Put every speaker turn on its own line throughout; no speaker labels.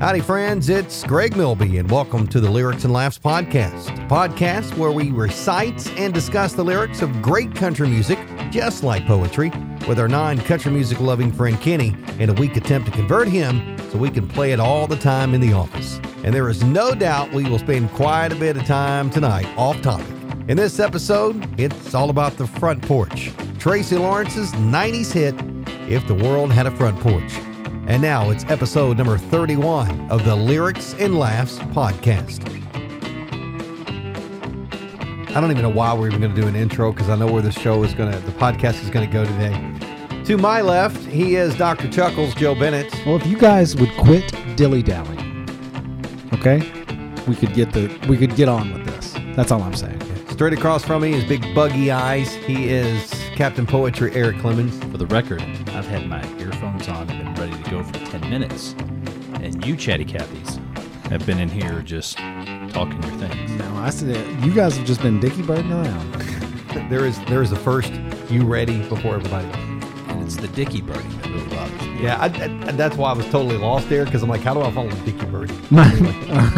Howdy, friends. It's Greg Milby, and welcome to the Lyrics and Laughs Podcast, a podcast where we recite and discuss the lyrics of great country music, just like poetry, with our non country music loving friend Kenny in a weak attempt to convert him so we can play it all the time in the office. And there is no doubt we will spend quite a bit of time tonight off topic. In this episode, it's all about the front porch. Tracy Lawrence's 90s hit, If the World Had a Front Porch. And now it's episode number 31 of the Lyrics and Laughs podcast. I don't even know why we're even going to do an intro because I know where this show is going to, the podcast is going to go today. To my left, he is Dr. Chuckles, Joe Bennett.
Well, if you guys would quit dilly dallying, okay, we could get the we could get on with this. That's all I'm saying.
Straight across from me is Big Buggy Eyes. He is Captain Poetry Eric Clemens.
For the record, I've had my earphones on and been ready to go for 10 minutes. And you, Chatty Cathy's, have been in here just talking your things.
No, I said it. you guys have just been dicky birding around.
There is there is a first you ready before everybody.
And it's the Dicky birding that really bothers me.
Yeah, I, I- that's why I was totally lost there because I'm like, how do I follow Dickie Birdie?
My,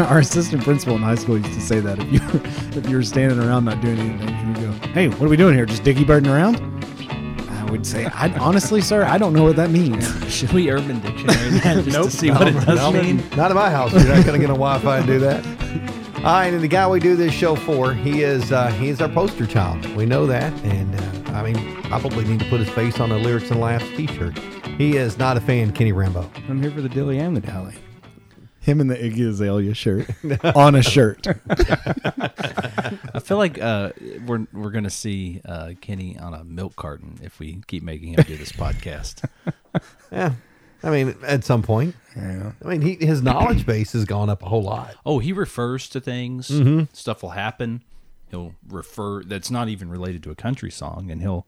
our assistant principal in high school used to say that if you were, if you were standing around not doing anything, you go, "Hey, what are we doing here? Just dicky birding around?" I would say, I, honestly, sir, I don't know what that means.
Should we Urban Dictionary that just to see what it does
No,
mean?
Not in my house. You're not going to get on Wi-Fi and do that. All right, and the guy we do this show for, he is uh, he is our poster child. We know that, and uh, I mean, probably need to put his face on a lyrics and laughs T-shirt. He is not a fan, Kenny Rambo.
I'm here for the dilly and the dally. Him in the Iggy Azalea shirt on a shirt.
I feel like uh, we're, we're going to see uh, Kenny on a milk carton if we keep making him do this podcast.
Yeah, I mean, at some point,
Yeah.
I mean, he, his knowledge base has gone up a whole lot.
Oh, he refers to things. Stuff will happen. He'll refer that's not even related to a country song, and he'll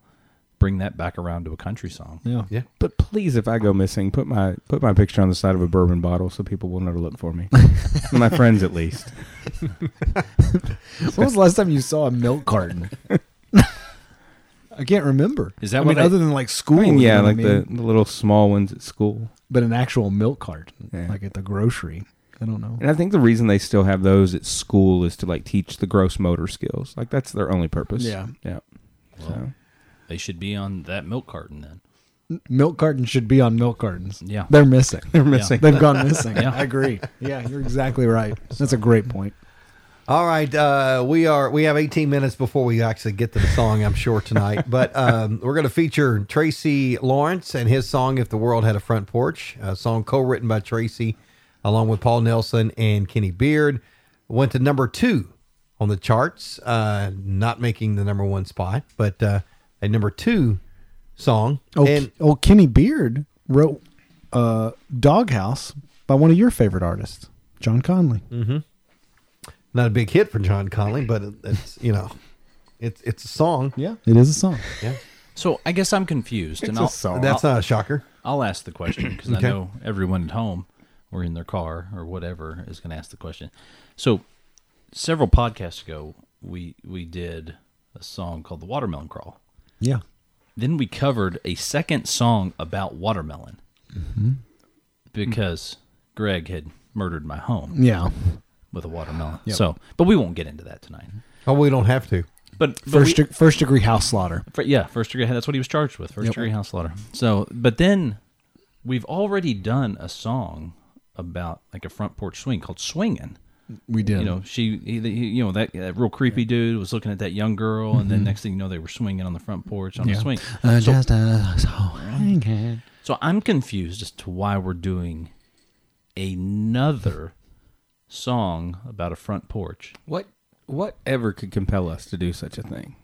bring that back around to a country song.
Yeah.
Yeah.
But please, if I go missing, put my put my picture on the side of a bourbon bottle so people will know to look for me. my friends, at least.
When was the last time you saw a milk carton? I can't remember.
Is that
I
what
mean,
they-
other than like school?
I mean,
you
yeah,
know what I
like the,
mean?
the little small ones at school.
but an actual milk carton,
Yeah.
like at the grocery. I don't know.
And I think the reason they still have those at school is to like teach the gross motor skills. Like that's their only purpose.
Yeah.
Yeah. so
They should be on that milk carton then.
Milk cartons should be on milk cartons.
Yeah.
they're missing.
they're missing.
They've gone missing.
Yeah.
I agree. Yeah, you're exactly right. That's a great point.
All right, uh, we are we have 18 minutes before we actually get to the song. I'm sure tonight, but um, we're going to feature Tracy Lawrence and his song "If the World Had a Front Porch," a song co-written by Tracy along with Paul Nelson and Kenny Beard. Went to number two on the charts, uh, not making the number one spot, but uh, a number two song.
Oh,
and
oh, Kenny Beard wrote uh, "Doghouse" by one of your favorite artists, John Conley.
not a big hit for John Conley, but it's you know, it's it's a song.
Yeah, it is a song.
Yeah,
So I guess I'm confused, and
It's a
I'll
song.
that's not a shocker.
I'll ask the question because
Okay.
I know everyone at home or in their car or whatever is going to ask the question. So several podcasts ago, we we did a song called "The Watermelon Crawl."
Yeah,
Then we covered a second song about watermelon because Greg had murdered my home
yeah.
with a watermelon. So, but we won't get into that tonight.
Oh, we don't have to.
But, but
First,
we-
de- first degree house slaughter.
fir- yeah, first degree. That's what he was charged with. First
Yep.
degree house slaughter. So, but then we've already done a song about like a front porch swing called "Swinging."
We did.
You know, she, he, he- you know, that, that real creepy dude was looking at that young girl, and then next thing you know, they were swinging on the front porch on the swing.
Uh,
so, so I'm confused as to why we're doing another song about a front porch.
what whatever could compel us to do such a thing?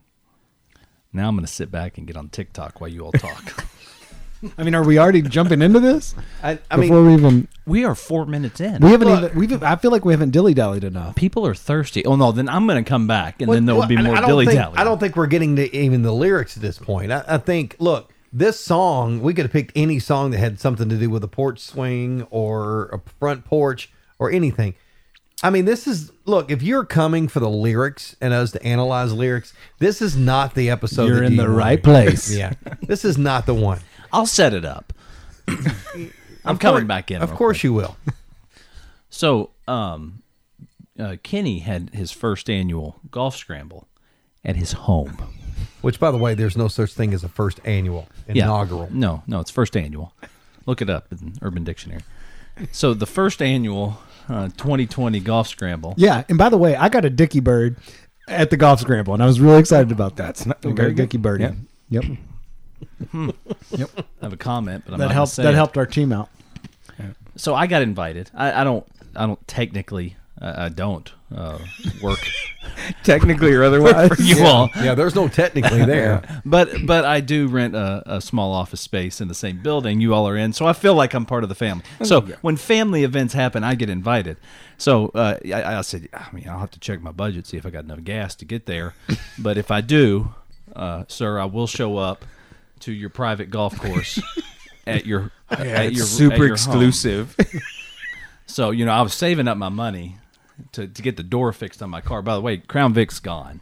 Now I'm going to sit back and get on TikTok while you all talk.
I mean, are we already jumping into this?
I, I mean,
Before we even
we are four minutes in.
we haven't even we've I feel like we haven't dilly dallied enough.
people are thirsty. Oh no, then I'm going to come back, and then there
Well,
will be
well,
more
I don't
dilly
think-
dally.
I don't think we're getting to even the lyrics at this point. I, I think, look, this song we could have picked any song that had something to do with a porch swing or a front porch or anything. I mean, this is look. If you're coming for the lyrics and us to analyze lyrics, this is not the episode.
You're
that
in
you
the
want.
right place.
Yeah, this is not the one.
I'll set it up. I'm coming back in.
Of
real
course you will.
quick. So, um, uh, Kenny had his first annual golf scramble at his home.
Which, by the way, there's no such thing as a first annual
Yeah.
inaugural.
No, no, it's first annual. Look it up in Urban Dictionary. So the first annual uh, 2020 golf scramble.
Yeah, and by the way, I got a Dicky Bird at the golf scramble, and I was really excited about that.
That's not-
I got
very
a
good.
Dicky Bird. in. Yep,
I have a comment, but I'm
that
not gonna
helped.
say
That
it.
helped our team out.
So I got invited. I, I don't. I don't technically. I, I don't uh, work
Technically or otherwise.
for you all,
Yeah, there's no technically there.
but but I do rent a, a small office space in the same building you all are in, so I feel like I'm part of the family. So when family events happen, I get invited. So uh, I, I said, I mean, I'll have to check my budget, see if I got enough gas to get there. But if I do, uh, sir, I will show up to your private golf course at your at
it's
your at
super
your home.
exclusive.
So you know, I was saving up my money to, to get the door fixed on my car. By the way, Crown Vic's gone.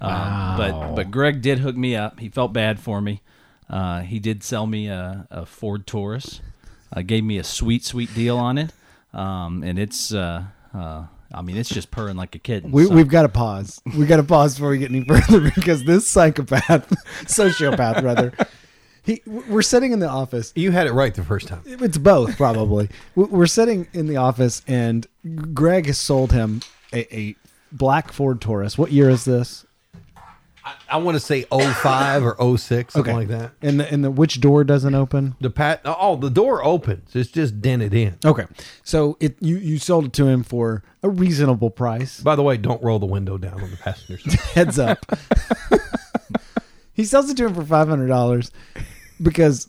Wow. but but Greg did hook me up. He felt bad for me. Uh, he did sell me a, a Ford Taurus. Uh, gave me a sweet sweet deal on it. Um, and it's uh, uh, I mean it's just purring like a kitten.
We,
So-
We've got to pause. We got to pause before we get any further because this psychopath, sociopath rather, he we're sitting in the office.
You had it right the first time.
It's both probably. We- we're sitting in the office and Greg has sold him a, a black Ford Taurus. What year is this?
I want to say 05 or 06, something like that.
And the and the which door doesn't open?
The pat. Oh, the door opens. It's just dented in.
Okay, so it you you sold it to him for a reasonable price.
By the way, don't roll the window down on the passenger side.
heads up. he sells it to him for five hundred dollars because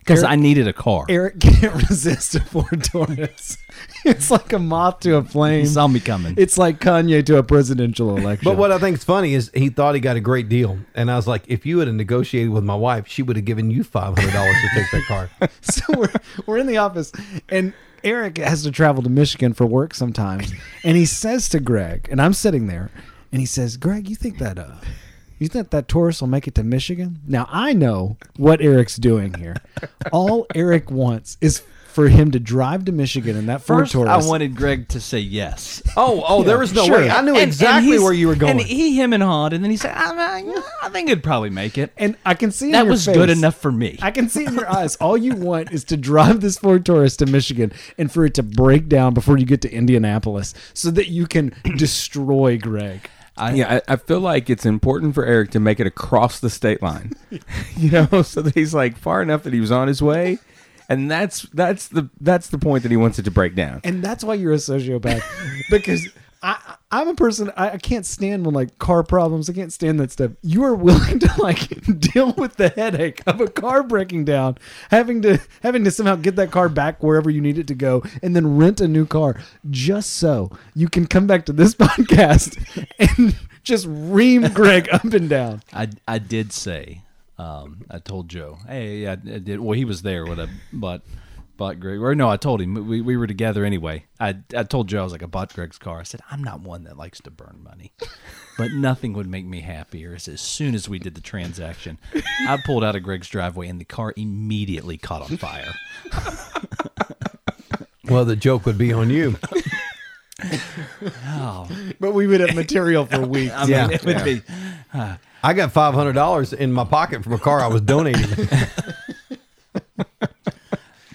because I needed a car.
Eric can't resist a Ford Taurus. It's like a moth to a flame.
He saw me coming.
It's like Kanye to a presidential election.
But what I think is funny is he thought he got a great deal, and I was like, if you had negotiated with my wife, she would have given you five hundred dollars to take that car.
so we're, we're in the office and eric has to travel to michigan for work sometimes and he says to greg and i'm sitting there and he says greg you think that uh you think that Taurus will make it to Michigan? Now I know what Eric's doing here. All Eric wants is for him to drive to Michigan in that Ford
First, I
Taurus.
wanted Greg to say yes.
Oh, oh, there was no
sure.
way. I knew
And- and
exactly
he's-
where you were going.
And he, him, and hawed, and then he said, I, I, I think it'd probably make it.
and I can see in
that
your
was good
face-
enough for me.
I can see in your eyes. All you want is to drive this Ford Taurus to Michigan and for it to break down before you get to Indianapolis, so that you can destroy Greg.
yeah, I, I feel like it's important for Eric to make it across the state line, you know, so that he's like far enough that he was on his way, and that's that's the that's the point that he wants it to break down.
and that's why you're a sociopath because I, I- I'm a person I, I can't stand when like car problems. I can't stand that stuff. You are willing to like deal with the headache of a car breaking down, having to having to somehow get that car back wherever you need it to go, and then rent a new car just so you can come back to this podcast and just ream Greg up and down.
I, I did say, um, I told Joe, hey, yeah, I did. Well, he was there when I bought, bought Greg. Or no, I told him. We, we were together anyway. I, I told Joe, I was like, I bought Greg's car. I said, I'm not one that likes to burn money, but nothing would make me happier. As, as soon as we did the transaction, I pulled out of Greg's driveway and the car immediately caught on fire.
well, the joke would be on you.
But we would have material for weeks.
I
Yeah.
mean, it would be.
I got five hundred dollars in my pocket from a car I was donating.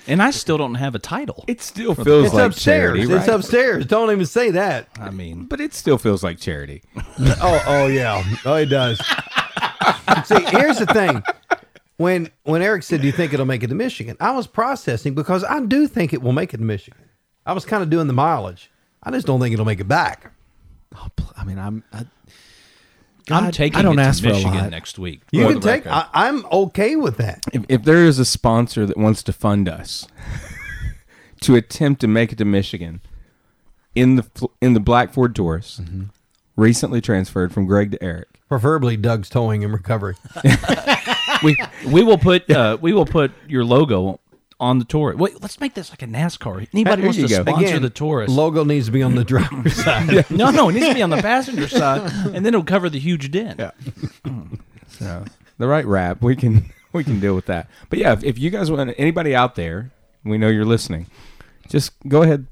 And I still don't have a title.
It still feels
It's
like
upstairs.
charity,
It's
right?
upstairs. Don't even say that.
I mean,
but it still feels like charity.
Oh, oh yeah. Oh, it does. See, here's the thing. When when Eric said, "Do you think it'll make it to Michigan?" I was processing because I do think it will make it to Michigan. I was kind of doing the mileage. I just don't think it'll make it back.
I mean, I'm. I,
I'm
God,
taking
I don't
it to
ask for a
Michigan
lot.
next week.
You
For
can
the
take.
record.
I, I'm okay with that.
If, if there is a sponsor that wants to fund us to attempt to make it to Michigan in the fl- in the Black Ford Taurus, recently transferred from Greg to Eric,
Preferably Doug's towing and recovery.
we we will put uh, we will put your logo on the Taurus. Wait, let's make this like a NASCAR. Anybody
Here
wants to
you go.
sponsor the Taurus?
Logo needs to be on the driver's side.
no, no, it needs to be on the passenger side, and then it'll cover the huge dent.
So the right rap, we can we can deal with that. But yeah, if, if you guys want anybody out there, we know you're listening. Just go ahead,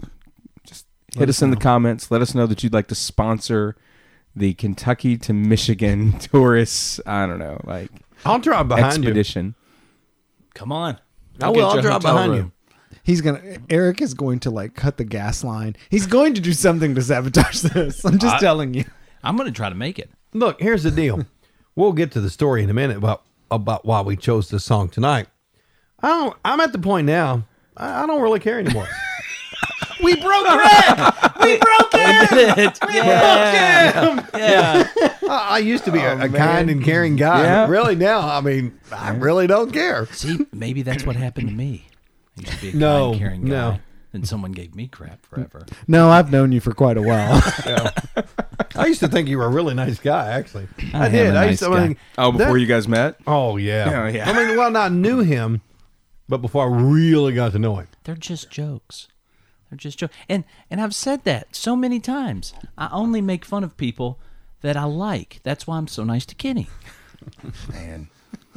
just Hit us in the comments. Let us know that you'd like to sponsor the Kentucky to Michigan tourists. I don't know, like
I'll drive behind
expedition.
Come on.
you. I will. I'll drive behind you.
He's gonna. Eric is going to like cut the gas line. He's going to do something to sabotage this. I'm just
I-
telling you.
I'm going to try to make it.
Look, here's the deal. we'll get to the story in a minute about about why we chose this song tonight. I don't. I'm at the point now. I, I don't really care anymore.
We broke bread. we broke it. We did it. Yeah. yeah.
I, I used to be a, a kind and caring guy.
Yeah.
Really now, I mean, I really don't care.
See, maybe that's what happened to me. I used to be a
No,
kind, caring guy.
no.
And someone gave me crap forever.
No, I've known you for quite a while.
I used to think you were a really nice guy. Actually, I,
am
did.
a
I used
nice
to. I mean,
Oh, before
that-
you guys met?
Oh yeah.
Oh, yeah.
I mean, well, I knew him, but before I really got to know him.
They're just jokes. They're just jokes. And and I've said that so many times. I only make fun of people that I like. That's why I'm so nice to Kenny.
Man.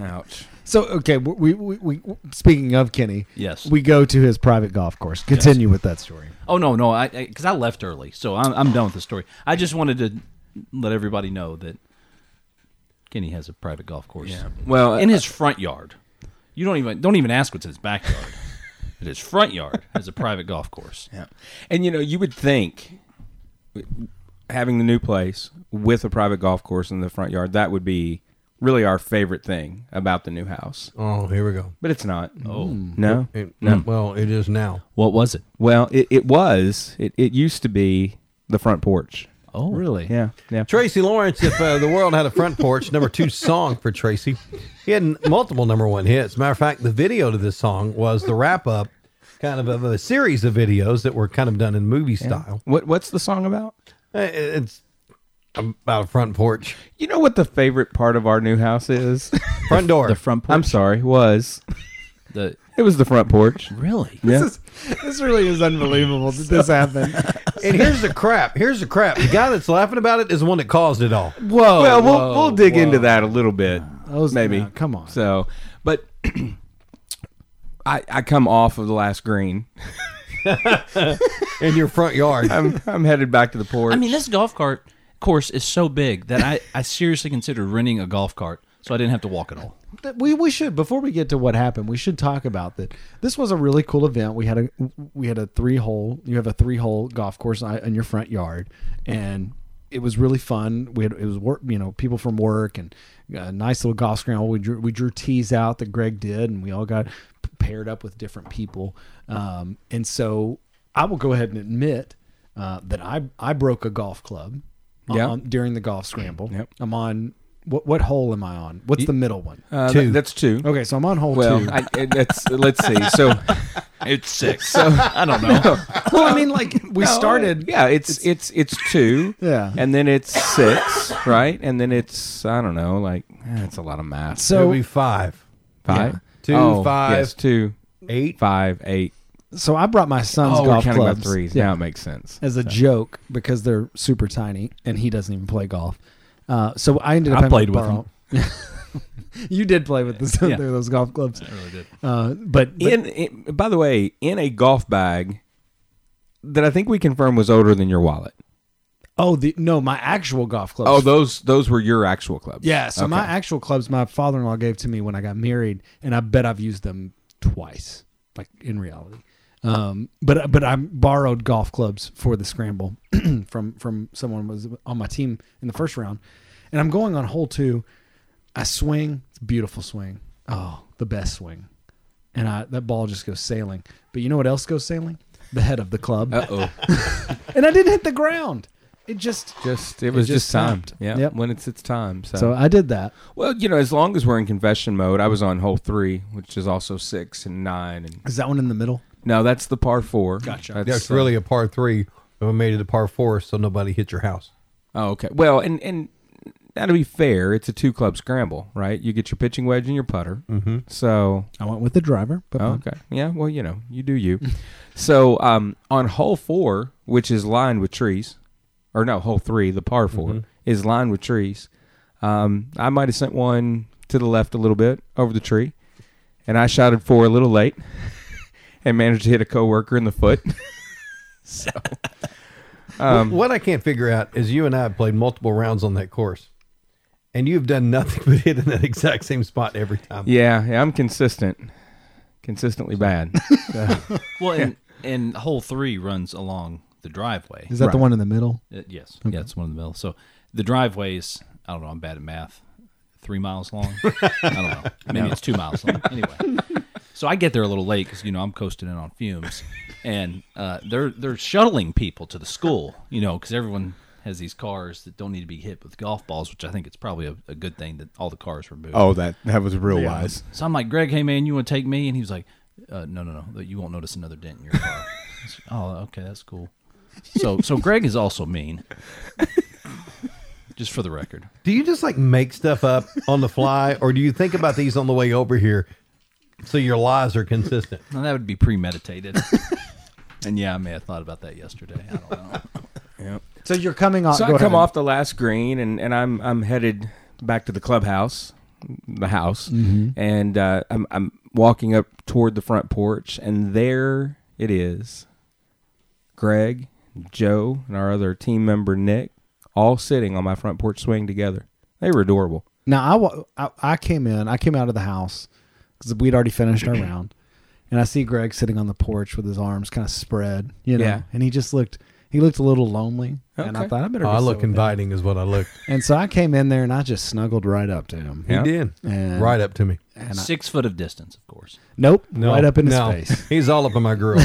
Ouch.
so okay, we, we we speaking of Kenny.
Yes.
We go to his private golf course. Continue with that story.
Oh no, no, I because I, left early, so I'm I'm done with the story. I just wanted to let everybody know that Kenny has a private golf course.
Well, uh,
in his front yard. You don't even don't even ask what's in his backyard. in his front yard has a private golf course.
Yeah. And you know, you would think having the new place with a private golf course in the front yard, that would be really our favorite thing about the new house.
Oh, here we go.
But it's not. Oh. No.
Mm. It- Well, it is now.
What was it?
Well, it, it was. It, it used to be the front porch.
Oh, really?
Yeah. Yeah.
Tracy Lawrence, if uh, the world had a front porch, number two song for Tracy. He had n- multiple number one hits. Matter of fact, the video to this song was the wrap up kind of of a series of videos that were kind of done in movie style.
What what's the song about?
Uh, It's about a front porch,
You know what the favorite part of our new house is?
front door.
The front porch.
I'm sorry, was.
The
It was the front porch.
really?
Yeah.
This really is unbelievable that this happened.
and here's the crap. Here's the crap. The guy that's laughing about it is the one that caused it all.
Whoa.
well, we'll we'll dig into that a little bit,
Those-
maybe.
no, come on.
So, but I I come off of the last green.
In your front yard.
I'm I'm headed back to the porch.
I mean, this golf cart course is so big that I, I seriously considered renting a golf cart so I didn't have to walk at all.
That we we should before we get to what happened, we should talk about that. This was a really cool event. We had a we had a three hole. You have a three hole golf course i- in your front yard, and it was really fun. We had it was work. You know, people from work and a nice little golf scramble. We drew we drew tees out that Greg did, and we all got p- paired up with different people. Um, and so I will go ahead and admit uh, that I I broke a golf club.
Yeah.
um, during the golf scramble.
Yep.
I'm on. What, what hole am I on? What's the middle one?
Uh,
two.
that- that's two.
Okay, so I'm on hole
Well,
two.
I, it- that's let's see. So,
It's six. So I don't know.
well, I mean, like we started.
Yeah, it's it's it's two.
Yeah.
and then it's six, right? And then it's I don't know, like eh, it's a lot of math.
It'll
So
be five,
five, Oh,
yeah. Two, five.
yes, two,
eight.
five, eight.
so I brought my son's
Oh, we're
golf
counting by
clubs
threes. Now it makes sense.
as a joke because they're super tiny, and he doesn't even play golf. Uh, so I ended
I
up. having to
played with him.
borrow- you did play with this,
Yeah.
those golf clubs,
really did.
uh, but, but
in, in by the way, in a golf bag that I think we confirmed was older than your wallet.
oh the, no, my actual golf clubs.
Oh, those those were your actual clubs.
yeah. So
Okay.
my actual clubs, my father-in-law gave to me when I got married, and I bet I've used them twice, like in reality. Um, but but I borrowed golf clubs for the scramble from from someone who was on my team in the first round, and I'm going on hole two. I swing, it's a beautiful swing. Oh, the best swing, and I that ball just goes sailing. But you know what else goes sailing? The head of the club,
Uh oh.
and I didn't hit the ground. It just
Just it was
just
just, timed.
stopped.
Yeah.
Yep.
When it's its time. So.
so I did that.
well, you know, as long as we're in confession mode, I was on hole three, which is also six and nine, and
Is that one in the middle?
no, that's the par four.
Gotcha.
That's
uh,
really a par three. We made it a par four so nobody hit your house.
Oh, okay. Well, and and now to be fair, it's a two club scramble, right? You get your pitching wedge and your putter. Mm-hmm. So
I went with the driver, but
Oh, okay. Yeah. Well, you know, you do you. so um, on hole four, which is lined with trees, or no, hole three, the par 4
Mm-hmm.
is lined with trees. Um, I might have sent one to the left a little bit over the tree, and I shot it four a little late, and managed to hit a coworker in the foot. So
what I can't figure out is you and I have played multiple rounds on that course, and you've done nothing but hit in that exact same spot every time.
yeah, yeah, I'm consistent, consistently bad.
Well, and, and hole three runs along the driveway.
Is that the one in the middle?
Uh, yes. Yeah, it's one in the middle. So the driveway is, I don't know, I'm bad at math, three miles long. I don't know. Maybe it's two miles long. Anyway. So I get there a little late because, you know, I'm coasting in on fumes. And uh, they're, they're shuttling people to the school, you know, because everyone has these cars that don't need to be hit with golf balls, which I think it's probably a, a good thing that all the cars were moved.
Oh, that that was real wise.
So I'm like, Greg, hey man, you want to take me? And he was like, uh, No, no, no, you won't notice another dent in your car. I said, oh, okay, that's cool. So, so Greg is also mean. Just for the record,
Do you just like make stuff up on the fly, or do you think about these on the way over here so your lies are consistent?
now, that would be premeditated. and yeah, I may have thought about that yesterday. I don't know.
So you're coming off.
So
Uh, go
I come
ahead.
off the last green, and, and I'm I'm headed back to the clubhouse, the house,
Mm-hmm.
and uh, I'm I'm walking up toward the front porch, and there it is. Greg, Joe, and our other team member Nick, all sitting on my front porch swing together. They were adorable.
Now I, wa- I I came in. I came out of the house because we'd already finished our round, and I see Greg sitting on the porch with his arms kind of spread, you know,
Yeah.
and he just looked. He looked a little lonely, and I
Okay.
thought I better.
Oh, I
go
look
sit with him."
inviting, is what I look.
And so I came in there and I just snuggled right up to him.
Yeah.
He did.
And-
right up to me.
And I-
Six foot of distance, of course.
nope, right up in his
no.
face.
He's all up in my grill.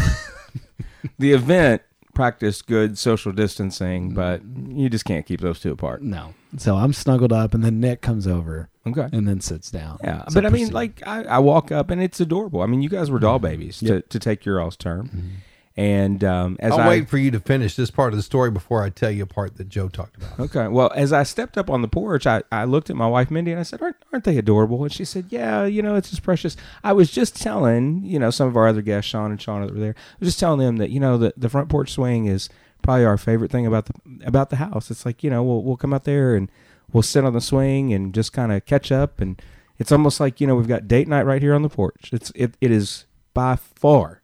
The event practiced good social distancing, but you just can't keep those two apart.
No. So I'm snuggled up, and then Nick comes over
Okay.
and then sits down.
Yeah,
So
but I mean,
proceed.
like I, I walk up and it's adorable. I mean, you guys were doll babies to, to take your all's term, and um, as
I'll
I
wait for you to finish this part of the story before I tell you a part that Joe talked about.
okay, well, as I stepped up on the porch, I, I looked at my wife Mindy and I said, "Aren't aren't they adorable?" And she said, "Yeah, you know, it's just precious." I was just telling you know some of our other guests, Sean and Sean that were there, I was just telling them that you know the the front porch swing is probably our favorite thing about the about the house. It's like you know we'll we'll come out there and we'll sit on the swing and just kind of catch up and it's almost like you know we've got date night right here on the porch. It's it, it is by far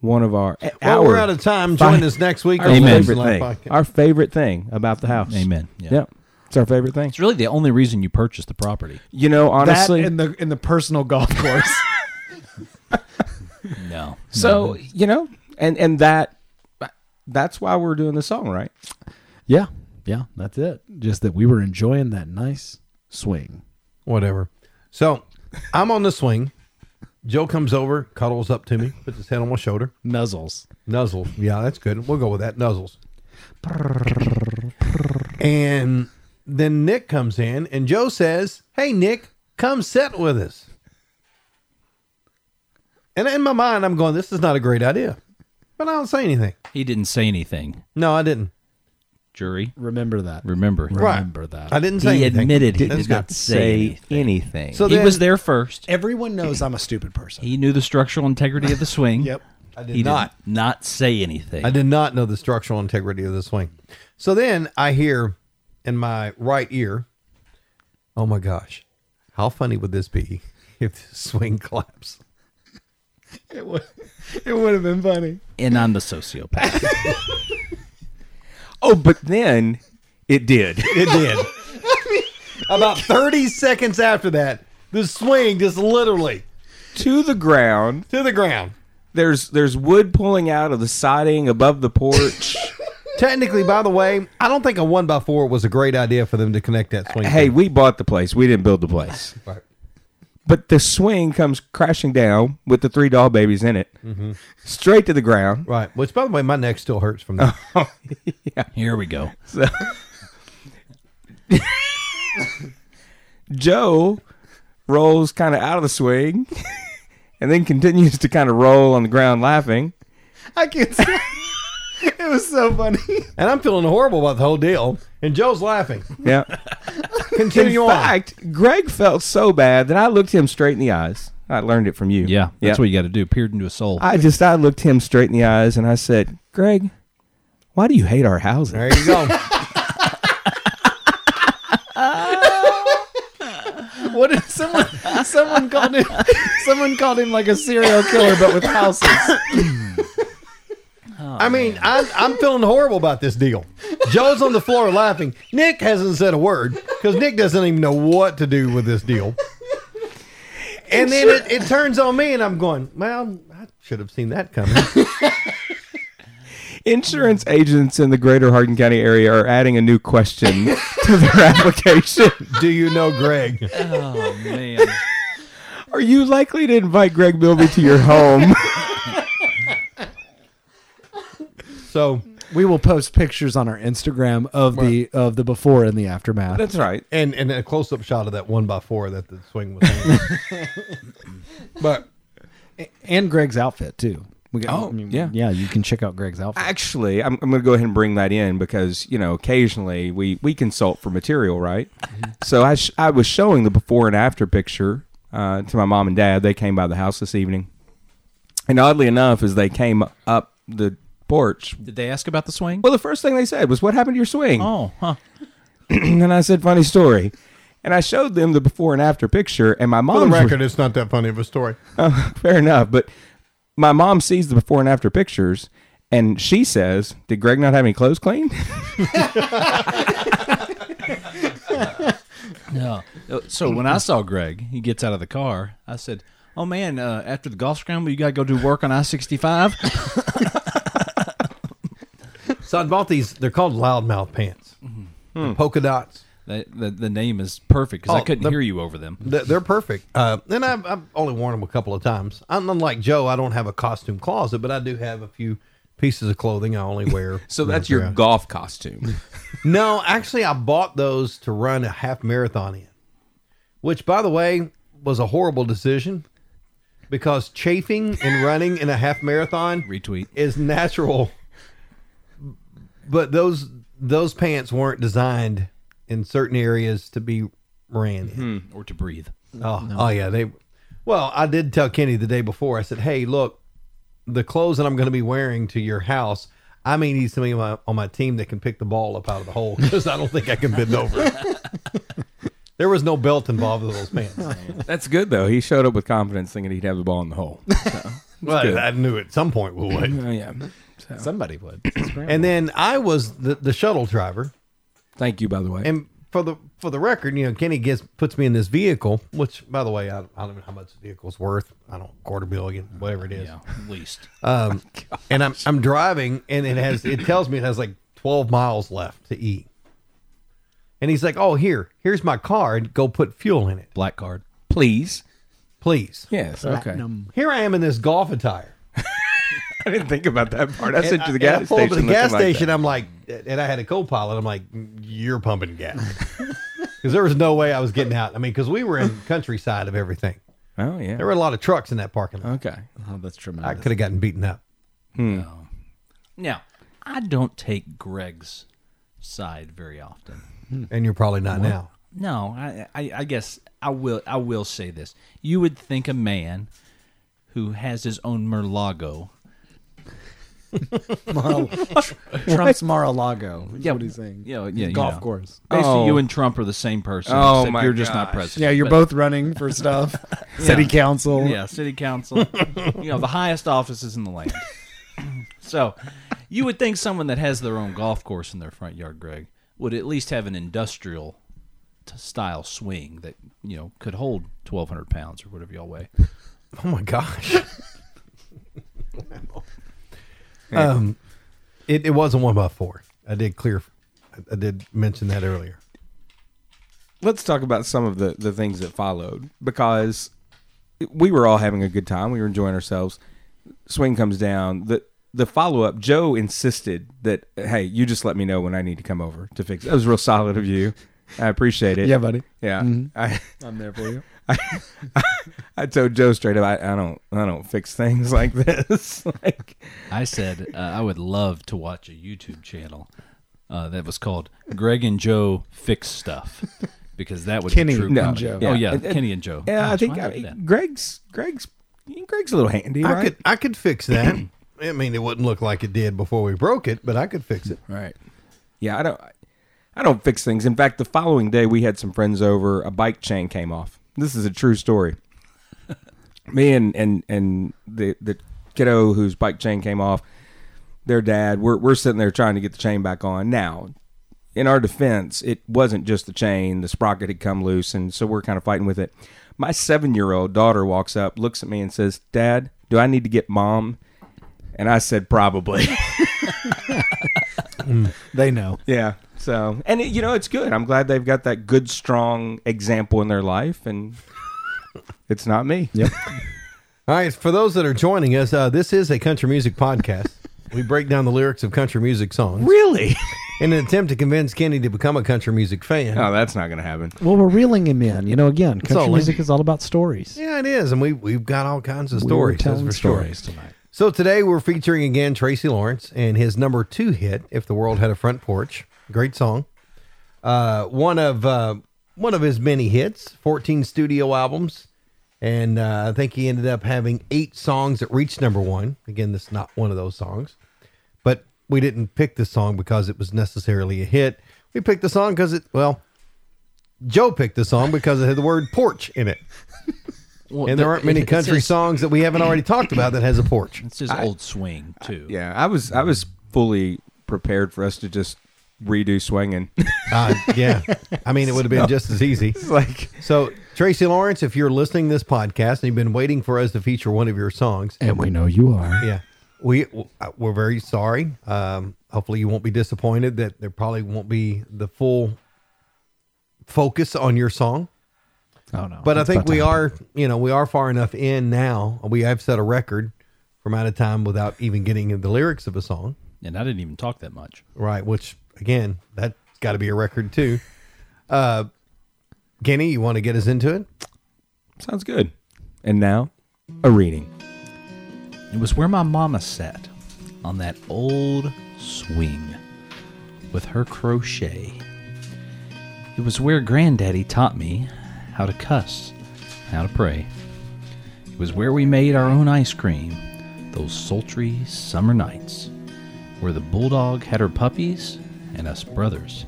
one of our
Well,
our,
we're out of time. Join
Bye.
us next week.
our
on
Amen.
Thursday
favorite
Night
thing.
Podcast.
Our favorite thing about the house.
Amen. Yeah.
Yeah. It's our favorite thing.
It's really the only reason you purchased the property.
You know, honestly.
that in the in the personal golf course.
No.
so, you know, and and that that's why we're doing the song, right?
yeah, yeah, that's it. Just that we were enjoying that nice swing.
whatever. So I'm on the swing. Joe comes over, cuddles up to me, puts his head on my shoulder.
Nuzzles.
Nuzzles. Yeah, that's good. We'll go with that. Nuzzles. And then Nick comes in, and Joe says, Hey, Nick, come sit with us. And in my mind, I'm going, This is not a great idea. But I don't say anything.
he didn't say anything.
No, I didn't.
Jury,
Remember that.
remember.
Right.
Remember that.
I didn't say
He
anything.
admitted he
That's
did
good.
not say anything.
anything.
So
he
then-
was there first.
Everyone knows I'm a stupid person.
He knew the structural integrity of the swing.
Yep.
I
He
did
did
not.
not not say anything.
I did not know the structural integrity of the swing. So then I hear in my right ear, oh my gosh, how funny would this be if the swing collapsed?
It would, it would have been funny.
and I'm the sociopath.
Oh, but then it did.
It did. About 30 seconds after that, the swing just literally
to the ground.
to the ground.
There's there's wood pulling out of the siding above the porch.
Technically, by the way, I don't think a one by four was a great idea for them to connect that swing.
hey,
thing.
we bought the place. We didn't build the place.
Right.
But the swing comes crashing down with the three doll babies in it, straight to the ground.
right. Which, by the way, my neck still hurts from that.
Here we go.
Joe rolls kind of out of the swing and then continues to kind of roll on the ground laughing.
I can't. Say, it was so funny.
and I'm feeling horrible about the whole deal. And Joe's laughing.
Yeah. In
Continue on.
fact, Greg felt so bad that I looked him straight in the eyes. I learned it from you.
Yeah, that's what you got to do. Peered into a soul.
I just I looked him straight in the eyes and I said, "Greg, why do you hate our houses?"
There you go.
What did someone? Someone called him. Someone called him like a serial killer, but with houses.
I mean, I'm, I'm feeling horrible about this deal. Joe's on the floor laughing. Nick hasn't said a word because Nick doesn't even know what to do with this deal. And then it, it turns on me, and I'm going, well, I should have seen that coming.
Insurance agents in the greater Hardin County area are adding a new question to their application.
do you know Greg?
Oh man.
Are you likely to invite Greg Milby to your home?
So,
We will post pictures on our Instagram of the of the before and the aftermath.
That's right.
and, and a close up shot of that one by four that the swing was on. but
and Greg's outfit too. We got,
Oh, yeah.
yeah. You can check out Greg's outfit.
Actually, I'm, I'm going to go ahead and bring that in because you know occasionally we we consult for material, right?
Mm-hmm.
so I sh- I was showing the before and after picture uh, to my mom and dad. They came by the house this evening, and oddly enough, as they came up the porch,
Did they ask about the swing?
well, the first thing they said was, "What happened to your swing?"
Oh, huh.
And I said, "Funny story." And I showed them the before and after picture, and my
for the
mom
record, it's not that funny of a story.
fair enough. But my mom sees the before and after pictures, and she says, "Did Greg not have any clothes cleaned?"
No. Uh, So when I saw Greg, he gets out of the car. I said, "Oh man, uh, after the golf scramble, you gotta go do work on I sixty five.
So I bought these. They're called loudmouth pants, They're polka dots.
The the name is perfect because I
Oh,
couldn't
the-
hear you over them.
They're, they're perfect. Uh, and I've, I've only worn them a couple of times. I'm unlike Joe. I don't have a costume closet, but I do have a few pieces of clothing I only wear.
So
when
that's
I'm
your
around.
golf costume.
no. Actually, I bought those to run a half marathon in, which, by the way, was a horrible decision because chafing and running in a half marathon
Retweet.
is natural. But those those pants weren't designed in certain areas to be ran in.
or to breathe.
Oh, oh yeah, they. Well, I did tell Kenny the day before. I said, "Hey, look, the clothes that I'm going to be wearing to your house, I may need somebody on my, on my team that can pick the ball up out of the hole because I don't think I can bend over." there was no belt involved with those pants.
that's good though. He showed up with confidence, thinking he'd have the ball in the hole.
Well, I knew at some point we would.
Oh yeah.
Somebody would.
and then I was the, the shuttle driver,
Thank you, by the way.
and for the for the record, you know, Kenny gets puts me in this vehicle, which by the way, I, I don't even know how much the vehicle's worth. I don't quarter billion, whatever it is.
Yeah, at least.
Um, and I'm I'm driving, and it has it tells me it has like 12 miles left to eat. And he's like, "Oh, here, here's my card. Go put fuel in it,
Black card.
Please.
please."
Yes. Okay.
Here I am in this golf attire.
I didn't think about that part. I
And
said
I-
to the
and I
gas
pull up
station.
to the gas
looking like
station.
that.
I'm like, and I had a co-pilot. I'm like, "You're pumping gas," because there was no way I was getting out. I mean, because we were in countryside of everything.
Oh
There
yeah.
were a lot of trucks in that parking lot.
Okay.
Oh, that's
I
tremendous.
could have gotten beaten up.
Now, I don't take Greg's side very often.
And you're probably not now.
No, I, I, I guess I will. I will say this: you would think a man who has his own Merlago.
Trump's Mar-a-Lago. is
Yeah,
what he's saying.
yeah, yeah, you
golf
know.
course.
Basically,
Oh.
you and Trump are the same person.
Oh,
except
my
You're just not
gosh.
president.
Yeah, you're
But-
both running for stuff. City council.
Yeah, city council. you know, the highest offices in the land. so, you would think someone that has their own golf course in their front yard, Greg, would at least have an industrial t- style swing that you know could hold 1,200 pounds or whatever y'all weigh.
Oh my gosh. um, it, it wasn't one by four. I did clear. I- I did mention that earlier.
Let's talk about some of the the things that followed because we were all having a good time. We were enjoying ourselves. Swing comes down. The the follow up, Joe insisted that, hey, you just let me know when I need to come over to fix it. That was real solid of you. I appreciate it.
Yeah, buddy.
Yeah. I,
I'm there for you.
I told Joe straight up, I, I don't, I don't fix things like this. like,
I said uh, I would love to watch a YouTube channel uh, that was called Greg and Joe Fix Stuff because that would
Kenny
be true
and
comedy.
Joe.
Oh
Yeah.
yeah,
And- and-
Kenny and Joe.
yeah, I
Gosh,
think
why
I
did that?
Greg's, Greg's, Greg's a little handy,
I
right?
could I could fix that. I mean, it wouldn't look like it did before we broke it, but I could fix it.
Right. Yeah, I don't. I don't fix things. In fact, the following day we had some friends over. A bike chain came off. This is a true story. Me and and and the the kiddo whose bike chain came off. their dad. We're we're sitting there trying to get the chain back on. Now, in our defense, it wasn't just the chain; the sprocket had come loose, and so we're kind of fighting with it. My seven-year-old daughter walks up, looks at me, and says, "Dad, do I need to get mom?" And I said, "Probably."
They know.
Yeah. So, and it, you know, it's good. I'm glad they've got that good, strong example in their life, and it's not me.
Yep.
All right, for those that are joining us, uh, this is a country music podcast. we break down the lyrics of country music songs
Really?
in an attempt to convince Kenny to become a country music fan.
No, that's not going to happen.
well, we're reeling him in. You know, again, country
all-
music is all about stories.
Yeah, it is, and we we've got all kinds of
We were
stories. that's
telling
for sure.
stories tonight.
So today we're featuring again Tracy Lawrence and his number two hit, "If the World Had a Front Porch." Great song. Uh, one of uh, one of his many hits, fourteen studio albums, and uh, I think he ended up having eight songs that reached number one. Again, this is not one of those songs, but we didn't pick this song because it was necessarily a hit. We picked the song because it well. Joe picked the song because it had the word porch in it.
Well,
And there aren't many
it's
country
just-
songs that we haven't already talked about that has a porch.
It's just old swing too.
Yeah, I was I was fully prepared for us to just redo swinging.
Uh, yeah. I mean, it would have been just as easy.
It's like
So, Tracy Lawrence, if you're listening to this podcast and you've been waiting for us to feature one of your songs,
And we know you are.
yeah, we uh, we're very sorry. Um, hopefully, you won't be disappointed that there probably won't be the full focus on your song.
Oh, no.
But I
It's
think
about
we
time.
are, you know, we are far enough in now. We have set a record from out of time without even getting into the lyrics of a song.
And I didn't even talk that much.
Right, which again, that's got to be a record too. Uh, Kenny, you want to get us into it?
sounds good. And now, a reading.
It was where my mama sat on that old swing with her crochet. It was where granddaddy taught me how to cuss, how to pray. It was where we made our own ice cream those sultry summer nights, where the bulldog had her puppies and us brothers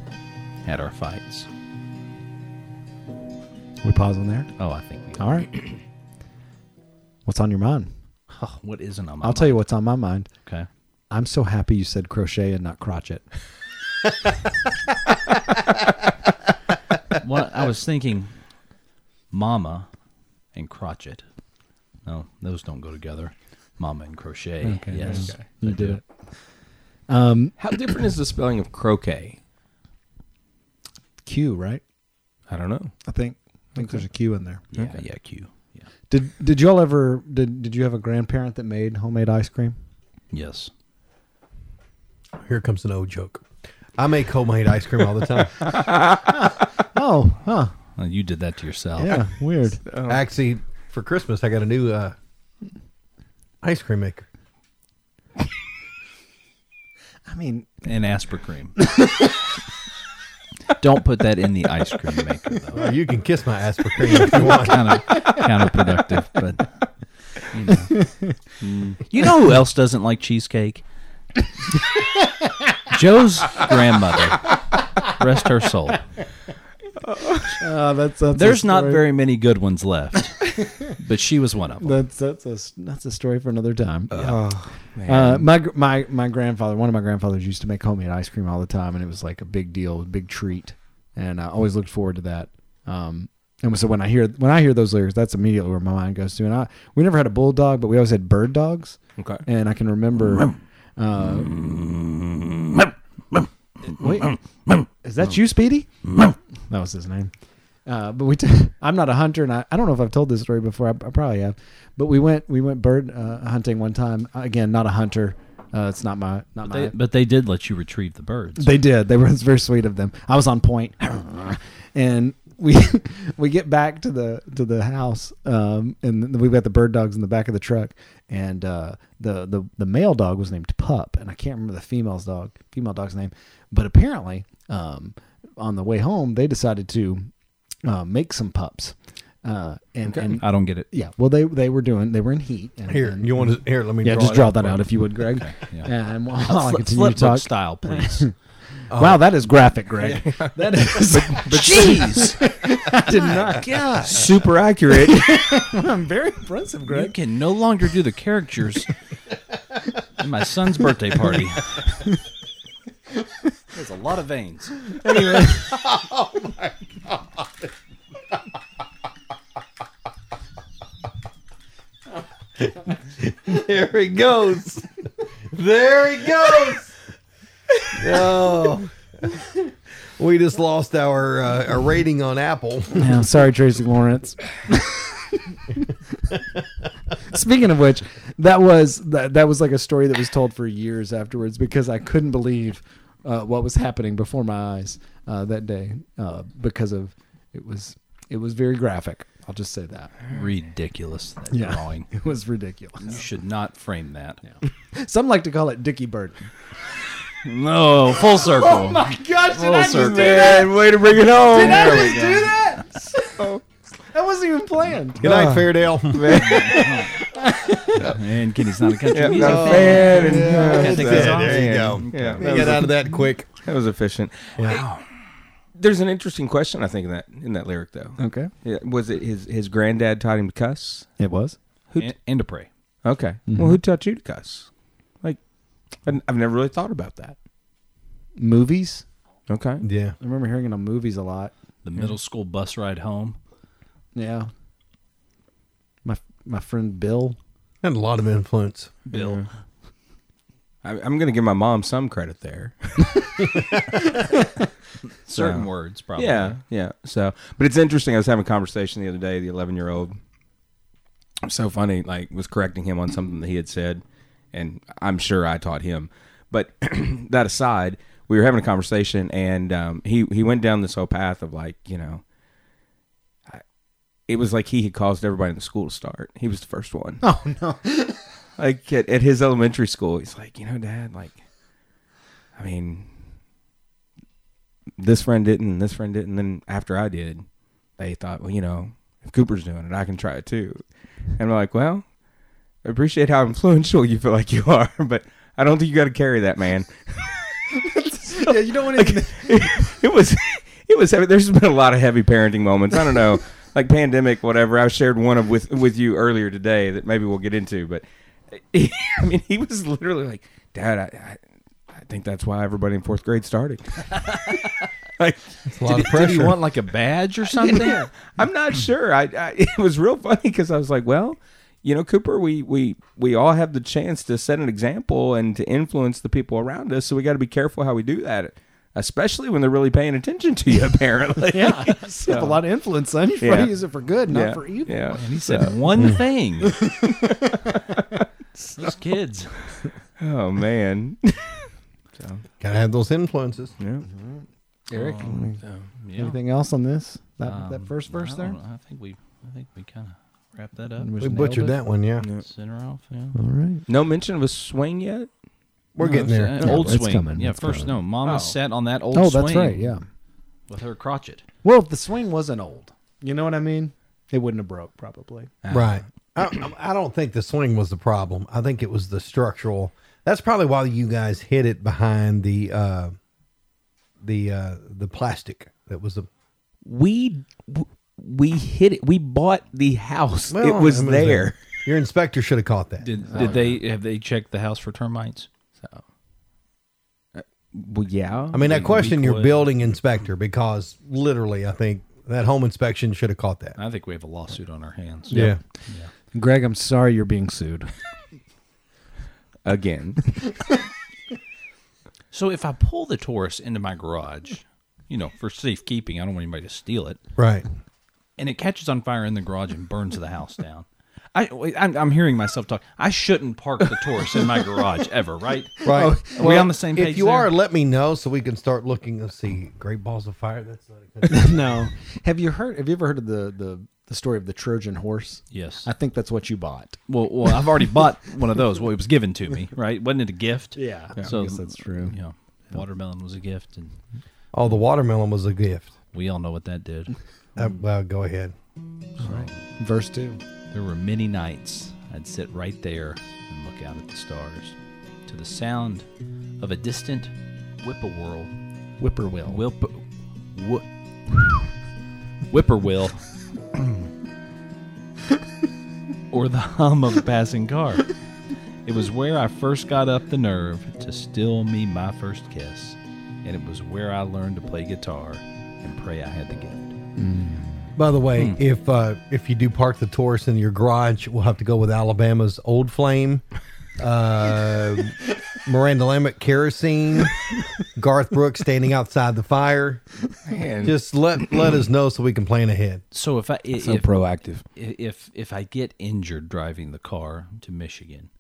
had our fights.
We pause on there.
Oh, I think we
All right. What's on your mind?
Oh, what isn't on my
I'll tell you what's on my mind.
Okay.
I'm so happy you said crochet and not crotchet.
well, I was thinking mama and crotchet. No, those don't go together. Mama and crochet. yes.
You did it.
How different is the spelling of croquet?
Q, right?
I don't know.
I think. I think there's a Q in there.
Yeah, yeah, Q. Yeah.
Did Did y'all ever did Did you have a grandparent that made homemade ice cream?
Yes.
Here comes an old joke. I make homemade ice cream all the time.
Oh, huh?
Well, you did that to yourself.
Yeah, weird.
Actually, for Christmas, I got a new uh, ice cream maker.
I mean,
And Asper cream. don't put that in the ice cream maker though.
Or you can kiss my ass for cream if you want.
Kind of counterproductive, but you know. You know who else doesn't like cheesecake? Joe's grandmother. Rest her soul.
uh, that's, that's a
There's not
story-
very many good ones left, but she was one of them.
That's that's a that's a story for another time.
Oh man.
Uh, my gr- my my grandfather, one of my grandfathers used to make homemade ice cream all the time, and it was like a big deal, a big treat, and I always looked forward to that. Um, and so when I hear when I hear those lyrics, that's immediately where my mind goes to. And I we never had a bulldog, but we always had bird dogs,
okay.
and I can remember. Uh, wait, is that you, Speedy? that was his name. Uh, but we, t- I'm not a hunter, and I, I don't know if I've told this story before. I, I probably have. But we went we went bird uh, hunting one time. Again, not a hunter. Uh, it's not my not my.
They, but they did let you retrieve the birds.
They did. They were it was very sweet of them. I was on point, and we we get back to the to the house, um, and then we've got the bird dogs in the back of the truck, and uh, the the the male dog was named Pup, and I can't remember the female's dog female dog's name, but apparently, um, on the way home, they decided to uh, make some pups, uh, and and.
I don't get it.
yeah, well, they they were doing they were in heat. And,
Here,
and-
you want to? Here, let me.
yeah,
draw
just
it
draw
up.
that out if you would, Greg.
yeah.
And while I
Flip-
continue to
flipbook
talk,
style, please.
Wow, that is graphic, Greg. that is. Jeez, I did not.
God,
Super accurate.
I'm very impressive,
you can no longer do the characters At my son's birthday party. There's a lot of veins.
There he goes. There he goes. Oh. We just lost our uh, our rating on Apple.
Yeah, sorry, Tracy Lawrence. Speaking of which, that was that, that was like a story that was told for years afterwards because I couldn't believe uh, what was happening before my eyes uh, that day uh, because of it was it was very graphic. I'll just say that.
Ridiculous that drawing.
it was ridiculous.
You should not frame that.
Some like to call it Dickie Bird.
No,
Oh,
full circle.
Gosh,
Full circle.
Man, way to bring it home.
just do that? that wasn't even planned.
Good night, Fairdale.
And Kenny's not a country
Yeah,
music
no,
fan.
man, and- uh,
I think that's
Yeah,
all.
there you go.
Yeah, that
We
was
get out of that quick.
That was efficient.
Wow.
There's an interesting question I think in that in that lyric though.
Okay,
Yeah, was it his his granddad taught him to cuss?
it was.
Who
And, and to pray.
Okay. Well, who taught you to cuss? Like, I- I've never really thought about that.
Movies.
Okay.
Yeah.
I remember hearing it on movies a lot.
The middle school bus ride home.
Yeah. My my friend Bill.
Had a lot of influence.
Bill.
I, I'm going to give my mom some credit there.
Certain
Wow.
words, probably.
yeah. Yeah. So, but it's interesting. I was having a conversation the other day. The 11 year old, so funny, like, was correcting him on something that he had said. And I'm sure I taught him. But that aside, we were having a conversation and um, he, he went down this whole path of like, you know, it was like he had caused everybody in the school to start. He was the first one. Oh no! like at, at his elementary school, he's like, you know, Dad, like, I mean, this friend didn't, and this friend didn't. And then after I did, they thought, well, you know, if Cooper's doing it, I can try it too. And we're like, well, I appreciate how influential you feel like you are, but I don't think you got to carry that, man.
Yeah, you don't want to.
it was it was heavy. There's been a lot of heavy parenting moments. I don't know, like pandemic, whatever. I shared one of with with you earlier today that maybe we'll get into, but I mean, he was literally like, "Dad, I, I, I think that's why everybody in fourth grade started." like,
A lot of
Did, did he
pressure.
want like a badge or something?
I'm not sure. I, I it was real funny because I was like, well, you know, Cooper, we we we all have the chance to set an example and to influence the people around us, so we got to be careful how we do that, especially when they're really paying attention to you. Apparently, yeah,
have a lot of influence, son. You
Yeah.
to use it for good, not
yeah,
for evil.
Yeah,
And he said one thing. Those kids.
oh man,
Gotta have those influences.
yeah.
Eric. yeah.
Anything else on this? That that
Um,
first verse
I
there.
don't know. I think we, I think we kind of wrapped that up.
We
We
nailed
butchered
it.
that one, yeah.
Sent her off. Yeah.
All right.
No mention of a swing yet.
We're getting there.
Uh, old
it's
swing.
coming,
Yeah,
it's
first
coming.
no. Mama sat on that old
Oh,
swing.
that's right. Yeah.
With her crotchet.
Well, if the swing wasn't old, you know what I mean, it wouldn't have broke probably.
Right. I, I don't think the swing was the problem. I think it was the structural. That's probably why you guys hid it behind the uh, the uh, the plastic that was the
We we hit it. We bought the house.
Well,
it was
I mean,
there.
Your inspector should have caught that.
Oh,
Did did they have they checked the house for termites?
Well, yeah.
I mean, I question your
wood.
building inspector because literally, I think that home inspection should have caught that.
I think we have a lawsuit on our hands.
Greg, I'm sorry you're being sued.
again.
So if I pull the Taurus into my garage, you know, for safekeeping, I don't want anybody to steal it,
Right.
and it catches on fire in the garage and burns the house down. I wait, I'm, I'm hearing myself talk. I shouldn't park the Taurus in my garage ever, right?
Right.
Are we on the same page?
If you
there?
are, let me know so we can start looking. Let's see. Great balls of fire. That's not a good
no. Have you heard? Have you ever heard of the the the story of the Trojan horse?
Yes.
I think that's what you bought.
well, well, I've already bought one of those. Well, it was given to me, right? Wasn't it a gift?
Yeah. Yeah, I
so
guess that's true.
You know, watermelon was a gift, and
Oh, the watermelon was a gift.
we all know what that did.
Uh,
Hmm.
well, go ahead.
Verse two.
There were many nights I'd sit right there and look out at the stars to the sound of a distant whippoorwill.
Whippoorwill.
Whip, wh- whippoorwill. or the hum of a passing car. It was where I first got up the nerve to Still Me My First Kiss, and it was where I learned to play guitar and pray I had the gift.
By the way,
Hmm.
if uh, if you do park the Taurus in your garage, we'll have to go with Alabama's Old Flame, uh, Miranda Lambert kerosene, Garth Brooks standing outside the fire.
Man.
Just let let us know so we can plan ahead.
So if I i-
so
if,
proactive.
if if I get injured driving the car to Michigan,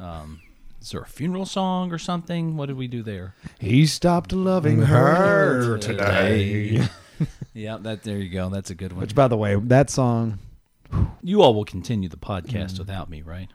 um, is there a funeral song or something? What did we do there?
He stopped loving
Mm-hmm.
her today.
Yeah, that there you go. That's a good one.
Which, by the way, that song,
You all will continue the podcast without me, right?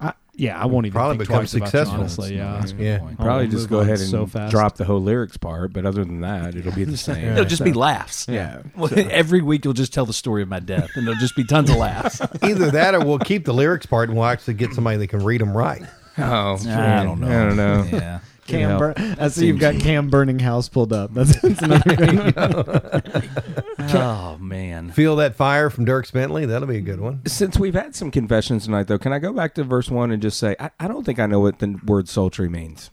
I, yeah, I won't even
Probably
think
become
twice about you,
successful.
honestly, yeah.
That's a good
Yeah.
point.
Prob-
Probably
I'll Oh,
just
move
go
on
ahead and
so fast.
drop the whole lyrics part, but other than that, it'll be the same.
It'll just be laughs.
Yeah.
Well, every week you'll just tell the story of my death, and there'll just be tons of laughs.
Either that, or we'll keep the lyrics part, and we'll actually get somebody that can read them right.
Oh,
I don't know.
I don't know.
Yeah.
Cam,
Yeah.
Bur- I see you've got Cam Burning House pulled up. That's, that's another good one.
Oh man.
Feel that fire from Dirk Bentley. That'll be a good one.
Since we've had some confessions tonight, though, can I go back to verse one and just say I, I don't think I know what the word sultry means?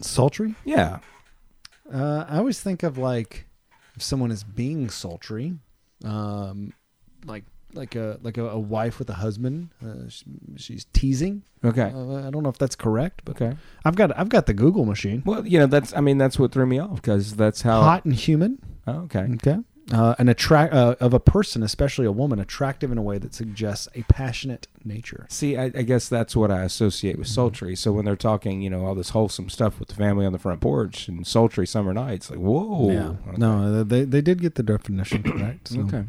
Sultry?
Yeah,
Uh, I always think of like if someone is being sultry, um, like like a like a, a wife with a husband. Uh, sh she's teasing.
Okay.
Uh, I don't know if that's correct, but
Okay.
I've got I've got the Google machine.
Well, you know, that's I mean, that's what threw me off because that's how.
Hot and human.
Oh, okay.
Okay. Uh, an attract uh, of a person, especially a woman, attractive in a way that suggests a passionate nature.
See, I, I guess that's what I associate
Mm-hmm.
with sultry. So when they're talking, you know, all this wholesome stuff with the family on the front porch and sultry summer nights, like whoa. Okay.
No, they they did get the definition correct. So.
Okay.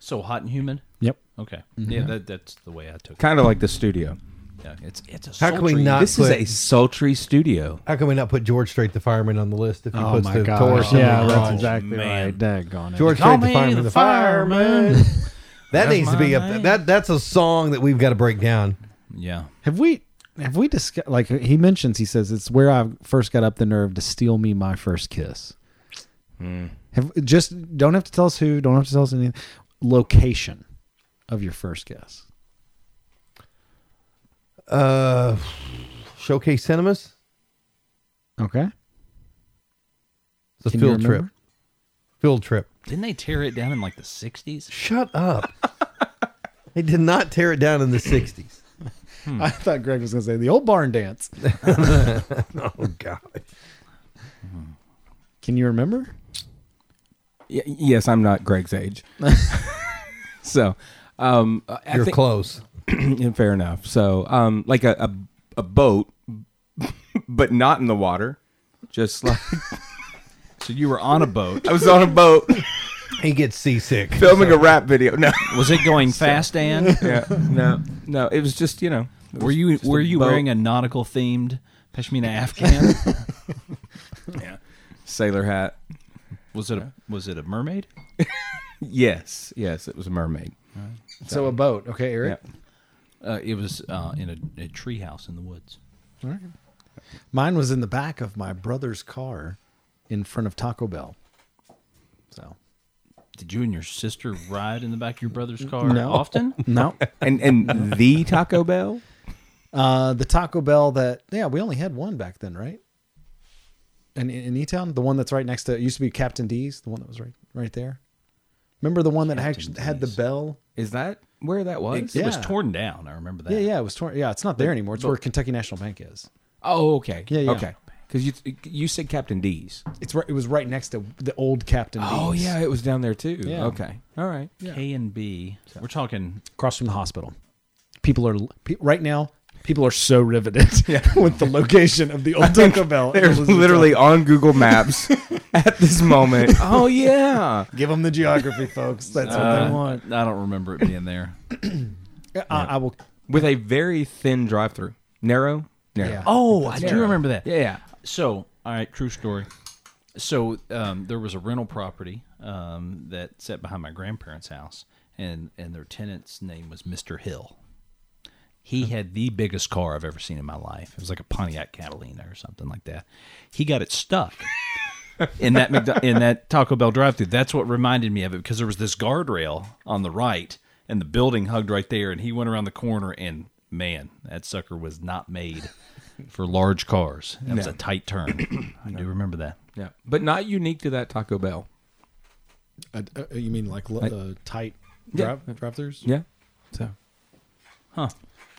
So hot and humid.
Yep.
Okay. Yeah, that, that's the way I took it.
Kind of like the studio.
Yeah, it's it's a
How can we
sultry-
not-
This is
put-
a sultry studio.
How can we not put George Strait the fireman on the list if he
Oh
puts
my
the
gosh.
Taurus in
yeah,
the
that's
garage?
exactly
man.
right. Daggone it.
George
Call
Strait the
me
fireman.
the
The fireman.
fireman.
That
That's
needs to be
my
a
name.
that that's a song that we've got to break down.
Yeah.
Have we have we discussed like he mentions he says it's where I first got up the nerve to steal me my first kiss.
Hmm.
Have just don't have to tell us who, don't have to tell us anything. Location of your first kiss.
Uh, Showcase Cinemas.
Okay.
It's a
Can you
field trip.
remember?
Field trip.
Didn't they tear it down in like the '60s?
Shut up. they did not tear it down in the '60s. Hmm.
I thought Greg was gonna say the old barn dance.
Oh God.
Can you remember?
Y- yes, I'm not Greg's age. so, um, I
You're
think-
close.
Yeah, fair enough. So, um, like a, a a boat, but not in the water. Just like
So you were on a boat.
I was on a boat
He gets seasick.
filming a rap video. No,
Was it going fast, Dan?
yeah, no, no. It was just you know. it
Were
was
you
just
were you
boat.
wearing a nautical themed pashmina afghan?
sailor hat?
was it a, was it a mermaid?
Yes, yes. It was a mermaid.
So a boat. Okay, Eric.
Yeah.
Uh, it was uh, in a, a tree house in the woods.
Mine was in the back of my brother's car in front of Taco Bell. So
Did you and your sister ride in the back of your brother's car
No.
often?
no.
And and the Taco Bell.
Uh, the Taco Bell that yeah, we only had one back then, right? In in E Town, the one that's right next to it used to be Captain D's, the one that was right right there. Remember the one that
Captain
actually had the
D's.
bell?
Is that where that was?
It, it was
Yeah.
torn down. I remember that.
Yeah, yeah, it was torn. Yeah, it's not there anymore. It's where Kentucky National Bank is.
Oh, okay.
Yeah, yeah.
Okay. Because you you said Captain D's.
It's right. It was right next to the old Captain D's.
Oh yeah, it was down there too.
Yeah.
Okay. All right.
K and B. We're talking
across from the hospital. People are pe- right now. People are so riveted with the location of the old Taco Bell.
They're literally on Google Maps at this moment. Oh yeah.
give them the geography, folks. That's what
Uh,
they want.
I don't remember it being there.
I, I will.
with a very thin drive-through, narrow, narrow.
Yeah.
Oh, I do
right.
remember that.
yeah.
So, all right, true story. So, um, there was a rental property um, that sat behind my grandparents' house, and and their tenant's name was Mister Hill. He had the biggest car I've ever seen in my life. It was like a Pontiac Catalina or something like that. He got it stuck in that McDo- in that Taco Bell drive-through. That's what reminded me of it because there was this guardrail on the right, and the building hugged right there, and he went around the corner and man, that sucker was not made for large cars. That was a tight turn. I do remember that.
Yeah, but not unique to that Taco Bell.
Uh, uh, you mean like li- uh, tight
Yeah.
drive drive-throughs?
Yeah. So
Huh.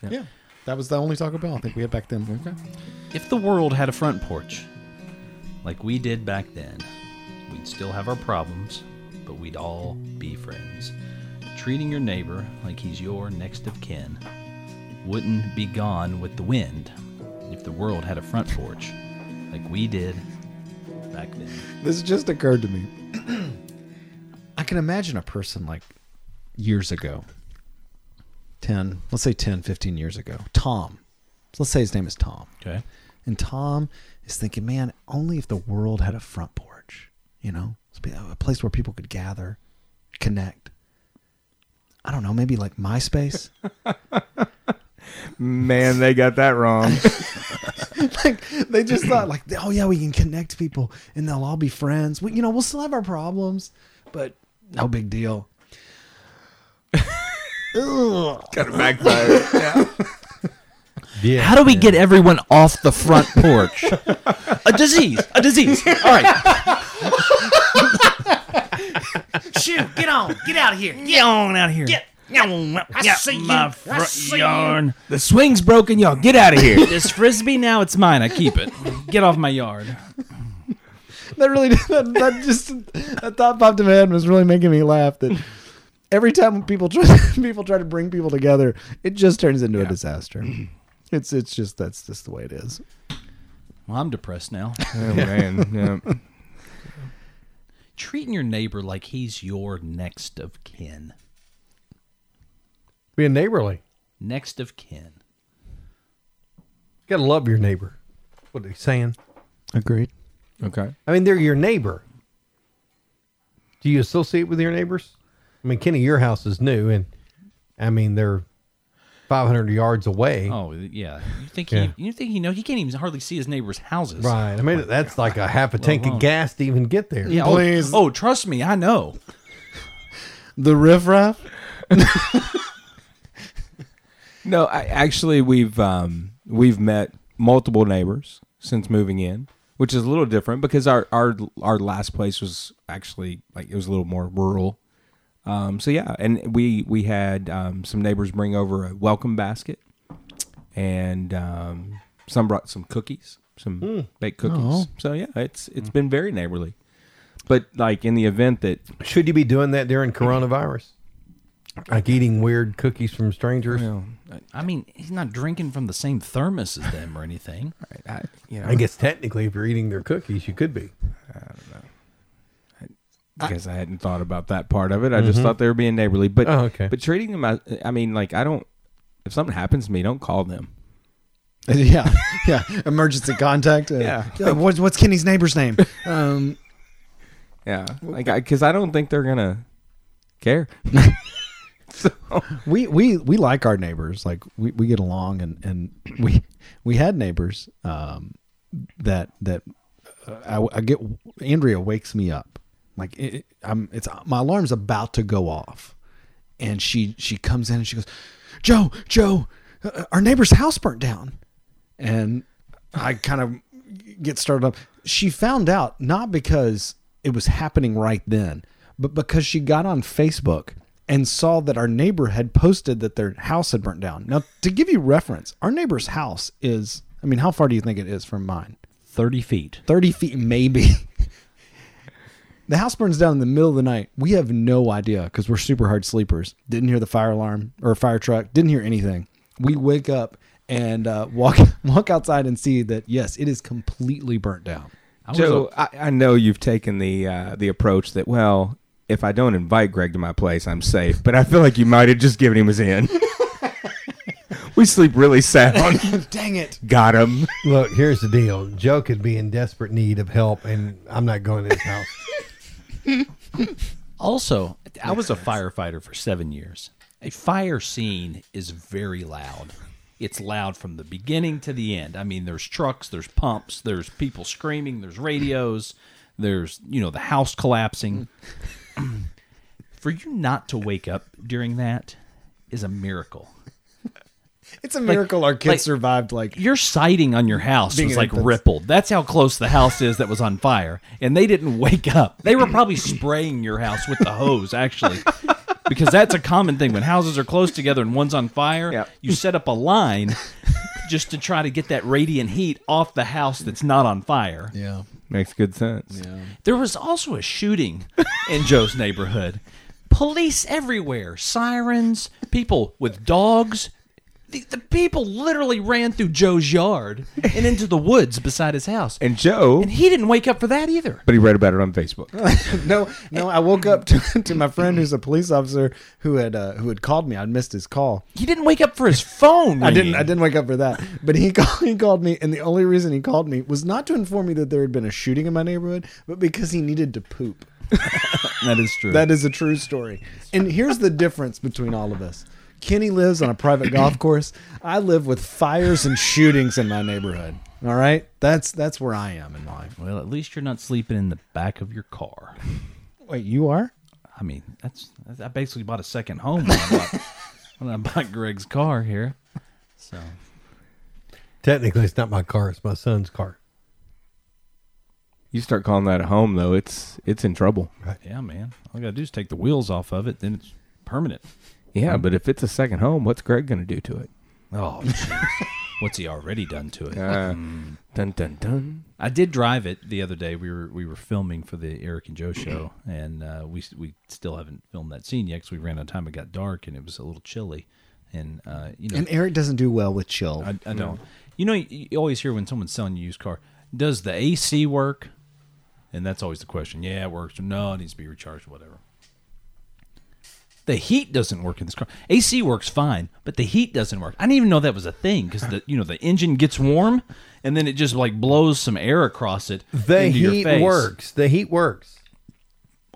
Yeah. That was the only Taco Bell I think we had back then. Okay.
If the world had a front porch like we did back then, we'd still have our problems, but we'd all be friends. Treating your neighbor like he's your next of kin wouldn't be gone with the wind if the world had a front porch like we did back then.
This just occurred to me. I can imagine a person like years ago, 10, let's say 10, 15 years ago, Tom. So let's say his name is Tom.
Okay.
And Tom is thinking, man, only if the world had a front porch, you know, It's be a place where people could gather, connect. I don't know, maybe like MySpace.
man, they got that wrong.
like they just thought, like, oh yeah, we can connect people and they'll all be friends. We, you know, we'll still have our problems, but no big deal. Ugh.
Kind of backfired.
Yeah.
How do we get everyone off the front porch? a disease. A disease. All right.
Shoot, get on. Get out of here. Get,
Get on out of here.
get, I see you.
my
I
front
see
yarn.
the swing's broken, y'all. Get out of here.
This frisbee now it's mine. I keep it. Get off my yard.
that really that, that just that thought popped in my head and was really making me laugh that every time people try people try to bring people together it just turns into a disaster it's it's just that's just the way it is
Well, I'm depressed now.
oh man. Yeah.
Treating your neighbor like he's your next of kin.
Being neighborly.
Next of kin.
You gotta love your neighbor. What are you saying?
agreed
Okay.
I mean, they're your neighbor. Do you associate with your neighbors? I mean, Kenny, your house is new, and I mean they're 500 yards away.
Oh yeah. You think
Yeah.
he? You think he know? He can't even hardly see his neighbor's houses.
right. I mean, that's like a half a tank of gas to even get there.
Yeah. oh-
Please.
Oh, trust me, I know.
the riffraff
No, I, actually, we've um, we've met multiple neighbors since moving in, which is a little different because our our our last place was actually like it was a little more rural. Um, so yeah, and we we had um, some neighbors bring over a welcome basket, and um, some brought some cookies, some baked cookies. So yeah, it's it's been very neighborly. But like in the event that
Should you be doing that during coronavirus? Like eating weird cookies from strangers?
I mean, he's not drinking from the same thermos as them or anything.
I, you know
I guess technically, if you're eating their cookies, you could be.
because I, hadn't thought about that part of it. I
Mm-hmm.
just thought they were being neighborly. But
Oh, okay.
but treating them, as, I mean, like I don't. If something happens to me, don't call them.
yeah yeah emergency contact uh,
Yeah.
uh, what, what's kenny's neighbor's name um
Yeah, like because I, don't think they're gonna care.
we we we like our neighbors like we, we get along and and we we had neighbors um that that uh, I, I get andrea wakes me up like it, it- i'm it's my alarm's about to go off and she she comes in and she goes joe joe uh, our neighbor's house burnt down and i kind of get started up she found out not because it was happening right then but because she got on facebook and saw that our neighbor had posted that their house had burnt down now to give you reference our neighbor's house is i mean how far do you think it is from mine
Thirty feet.
30 feet maybe the house burns down in the middle of the night we have no idea because we're super hard sleepers didn't hear the fire alarm or fire truck didn't hear anything we wake up and uh, walk walk outside and see that yes it is completely burnt down
I was
Joe,
up-
I, I know you've taken the uh, the approach that well, if I don't invite Greg to my place, I'm safe. But I feel like you might have just given him his in. we sleep really sound.
dang it
Got him.
Look, here's the deal. Joe could be in desperate need of help, and I'm not going to his house.
also, I was a firefighter for seven years. A fire scene is very loud. It's loud from the beginning to the end. I mean, there's trucks, there's pumps, there's people screaming, there's radios, there's, you know, the house collapsing. For you not to wake up during that is a miracle.
It's a miracle our kids
like-
survived. Like
your siding on your house
Being
was
an
like
infant.
rippled. That's how close the house is that was on fire. And they didn't wake up. They were probably spraying your house with the hose, actually. Because that's a common thing. When houses are close together and one's on fire,
Yeah.
you set up a line just to try to get that radiant heat off the house that's not on fire.
yeah,
Makes good sense.
There was also a shooting in Joe's neighborhood. Police everywhere, sirens, people with dogs. The, the people literally ran through Joe's yard and into the woods beside his house.
And Joe,
And he didn't wake up for that either.
but he read about it on Facebook.
no, no. I woke up to, to my friend who's a police officer who had uh, who had called me. I'd missed his call.
He didn't wake up for his phone.
I didn't. I
ringing.
didn't wake up for that. But he called, he called me, and the only reason he called me was not to inform me that there had been a shooting in my neighborhood, but because he needed to poop.
That is true.
That is a true story. And here's the difference between all of us. Kenny lives on a private golf course. I live with fires and shootings in my neighborhood. All right, that's that's where I am in life.
well, at least you're not sleeping in the back of your car.
Wait, you are?
I mean, that's I basically bought a second home when I bought, when I bought Greg's car here. So
Technically, it's not my car; it's my son's car.
You start calling that a home though, it's it's in trouble.
yeah, man, all I gotta do is take the wheels off of it, then it's permanent.
Yeah, Uh, but if it's a second home, what's Greg gonna do to it?
Oh, jeez. what's he already done to it?
Uh, dun dun dun.
I did drive it the other day. We were we were filming for the Eric and Joe show, and uh, we we still haven't filmed that scene yet because we ran out of time. It got dark and it was a little chilly, and uh, you know
And Eric doesn't do well with chill.
I, I don't. You know, you, you always hear when someone's selling you a used car, does the AC work? And that's always the question. Yeah, it works. No, it needs to be recharged. Whatever. The heat doesn't work in this car. AC works fine, but the heat doesn't work. I didn't even know that was a thing because the you know the engine gets warm and then it just like blows some air across it.
The
into your
heat
face.
works. The heat works.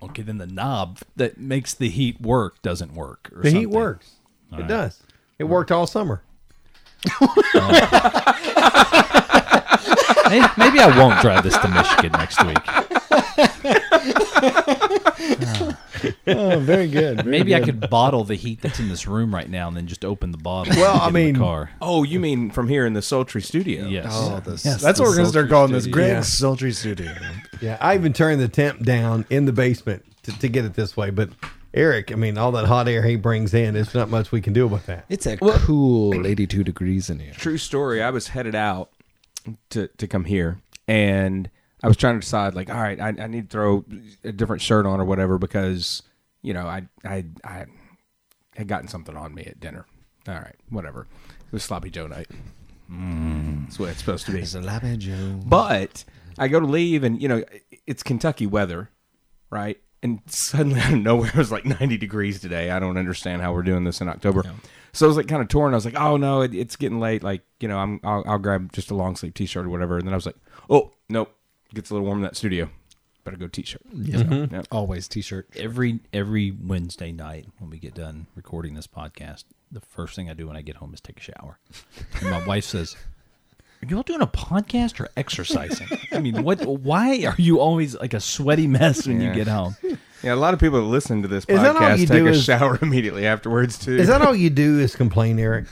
Okay, then the knob that makes the heat work doesn't work. Or
The heat
something.
works. it does. It worked all summer.
Maybe, maybe I won't drive this to Michigan next week.
Oh, very good. very
Maybe I
good.
could bottle the heat that's in this room right now and then just open the bottle.
Well,
and
I
get in the
mean-
car.
Oh, you mean from here in the sultry studio?
Yes.
Oh, this,
Yes,
that's
the
what we're gonna start
sultry
calling this
studio.
Greg's
Yeah.
Sultry Studio.
Yeah, I even turned the temp down in the basement to, to get it this way. But Eric, I mean, all that hot air he brings in, it's not much we can do about that.
It's a cool 82 degrees in here.
True story. I was headed out to to come here, and I was trying to decide like, all right, I, I need to throw a different shirt on or whatever because you know I I I had gotten something on me at dinner. All right, whatever. It was sloppy Joe night. That's what it's supposed to be. But I go to leave, and you know, it's Kentucky weather, right? And suddenly out of nowhere, it was like 90 degrees today. I don't understand how we're doing this in October. So I was like kind of torn. I was like, oh no, it, it's getting late. Like you know, I'm I'll, I'll grab just a long sleeve T-shirt or whatever. And then I was like, oh nope, gets a little warm in that studio. Better go T-shirt. So, yeah.
Always t-shirt.
Mm-hmm. Every every Wednesday night when we get done recording this podcast, the first thing I do when I get home is take a shower. And my wife says, "Are y'all doing a podcast or exercising? I mean, what? Why are you always like a sweaty mess when
Yeah.
you get home?"
Yeah, a lot of people that listen to this
Is that all
podcast
you
take
do
a
is-
shower immediately afterwards too.
Is that all you do is complain, Eric?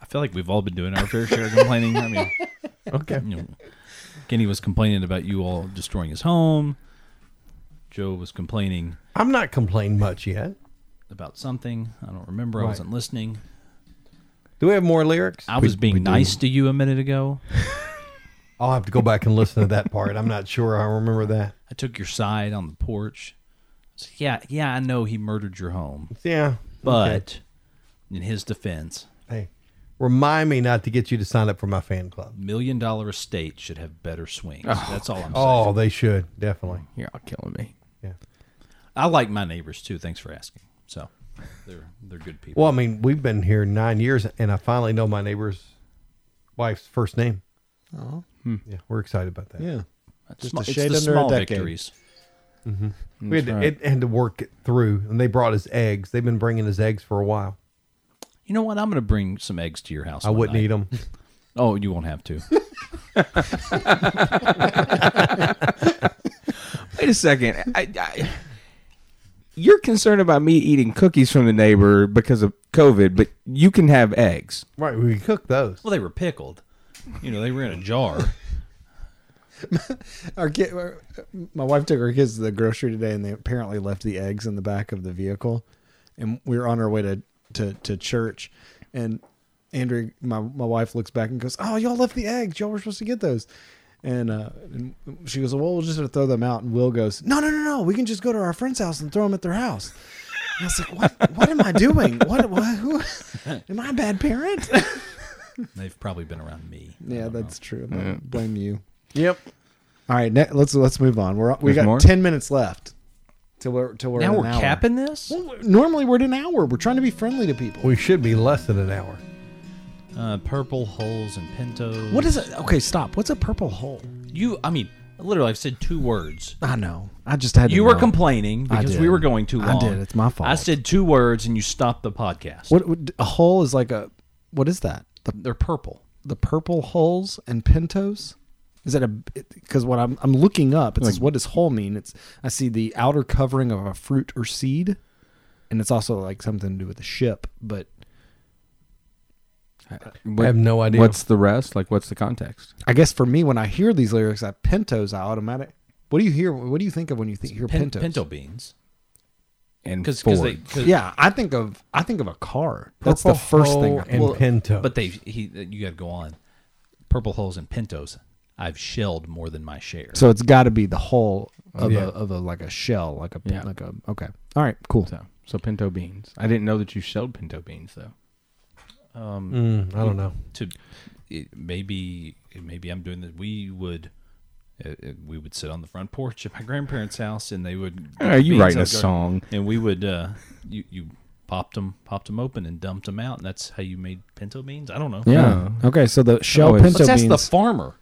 I feel like we've all been doing our fair share of complaining. I mean,
Okay.
you know, Kenny was complaining about you all destroying his home. Joe was complaining
I'm not complaining much yet.
about something. I don't remember. I
Right.
wasn't listening.
Do we have more lyrics?
I was being nice to you a minute ago.
I'll have to go back and listen to that part. I'm not sure I remember that.
I took your side on the porch. I was like, yeah, yeah, I know he murdered your home,
Yeah. okay.
but in his defense,
hey, remind me not to get you to sign up for my fan club.
million dollar estate should have better swings. That's all I'm saying.
Oh, they should definitely.
You're all killing me.
Yeah.
I like my neighbors too. Thanks for asking. So they're they're good people.
Well, I mean, we've been here nine years, and I finally know my neighbor's wife's first name. Oh, yeah, we're excited about that.
Yeah.
It's
just
sma-
a
it's
shade
the
under a
small
decade.
victories.
we had to, it had to work it through, and they brought us eggs. They've been bringing us eggs for a while.
You know what? I'm going to bring some eggs to your house.
I wouldn't
eat
eat them.
Oh, you won't have to.
Wait a second. I, I, you're concerned about me eating cookies from the neighbor because of COVID, but you can have eggs.
Right, we cook those.
Well, they were pickled. You know, they were in a jar.
Our kid, our- my wife took her kids to the grocery today, and they apparently left the eggs in the back of the vehicle. And we were on our way to to, to church, and Andrew, my my wife looks back and goes, "Oh, y'all left the eggs. Y'all were supposed to get those." And, uh, and she goes, "Well, we'll just have to throw them out." And Will goes, "No, no, no, no. We can just go to our friend's house and throw them at their house." And I was like, "What? What am I doing? What? what who, am I a bad parent?"
They've probably been around me. I
yeah,
don't know.
that's true. I blame you.
Yep.
All right, ne- let's let's move on. We're we
There's
got
more?
ten minutes left till we're till we're at
Now
an
we're
hour.
capping this.
Well, normally we're at an hour. We're trying to be friendly to people.
We should be less than an hour.
Uh, purple holes and pintos.
What is it? Okay, stop. What's a purple hole?
You, I mean, literally, I've said two words.
I know. I just had. to
You were
know.
complaining
I
because
did.
we were going too
I
long.
did. It's my fault.
I said two words and you stopped the podcast.
What, what a hole is like a what is that? The
They're purple.
the purple holes and pintos. Is that a because what I'm I'm looking up? It says what does hole mean? It's I see the outer covering of a fruit or seed, and it's also like something to do with a ship. But
I have no idea.
What's the rest? Like, what's the context?
I guess for me, when I hear these lyrics, I pintos. I automatic. What do you hear? What do you think of when you think, hear
Pin-
pintos?
Pinto beans.
And
Because
forward.
they. 'cause-
Yeah, I think of I think of a car. That's the
Purple
first thing.
Hole and
I-
pinto.
But they. He. You got to go on. Purple holes and pintos. I've shelled more than my share.
so it's got to be the hull of
Yeah.
a of a like a shell, like a
Yeah.
like a. Okay, all right, cool.
so, so pinto beans. I didn't know that you shelled pinto beans though.
Mm, I don't know.
to it, maybe maybe I'm doing this. We would uh, uh, we would sit on the front porch at my grandparents' house, and they would.
Are you
beans
writing
out
a
of the
song?
And we would uh, you you popped them popped them open and dumped them out, and that's how you made pinto beans. I don't know.
Yeah. Okay, so the shell
Always-
pinto
Let's ask
beans.
the farmer.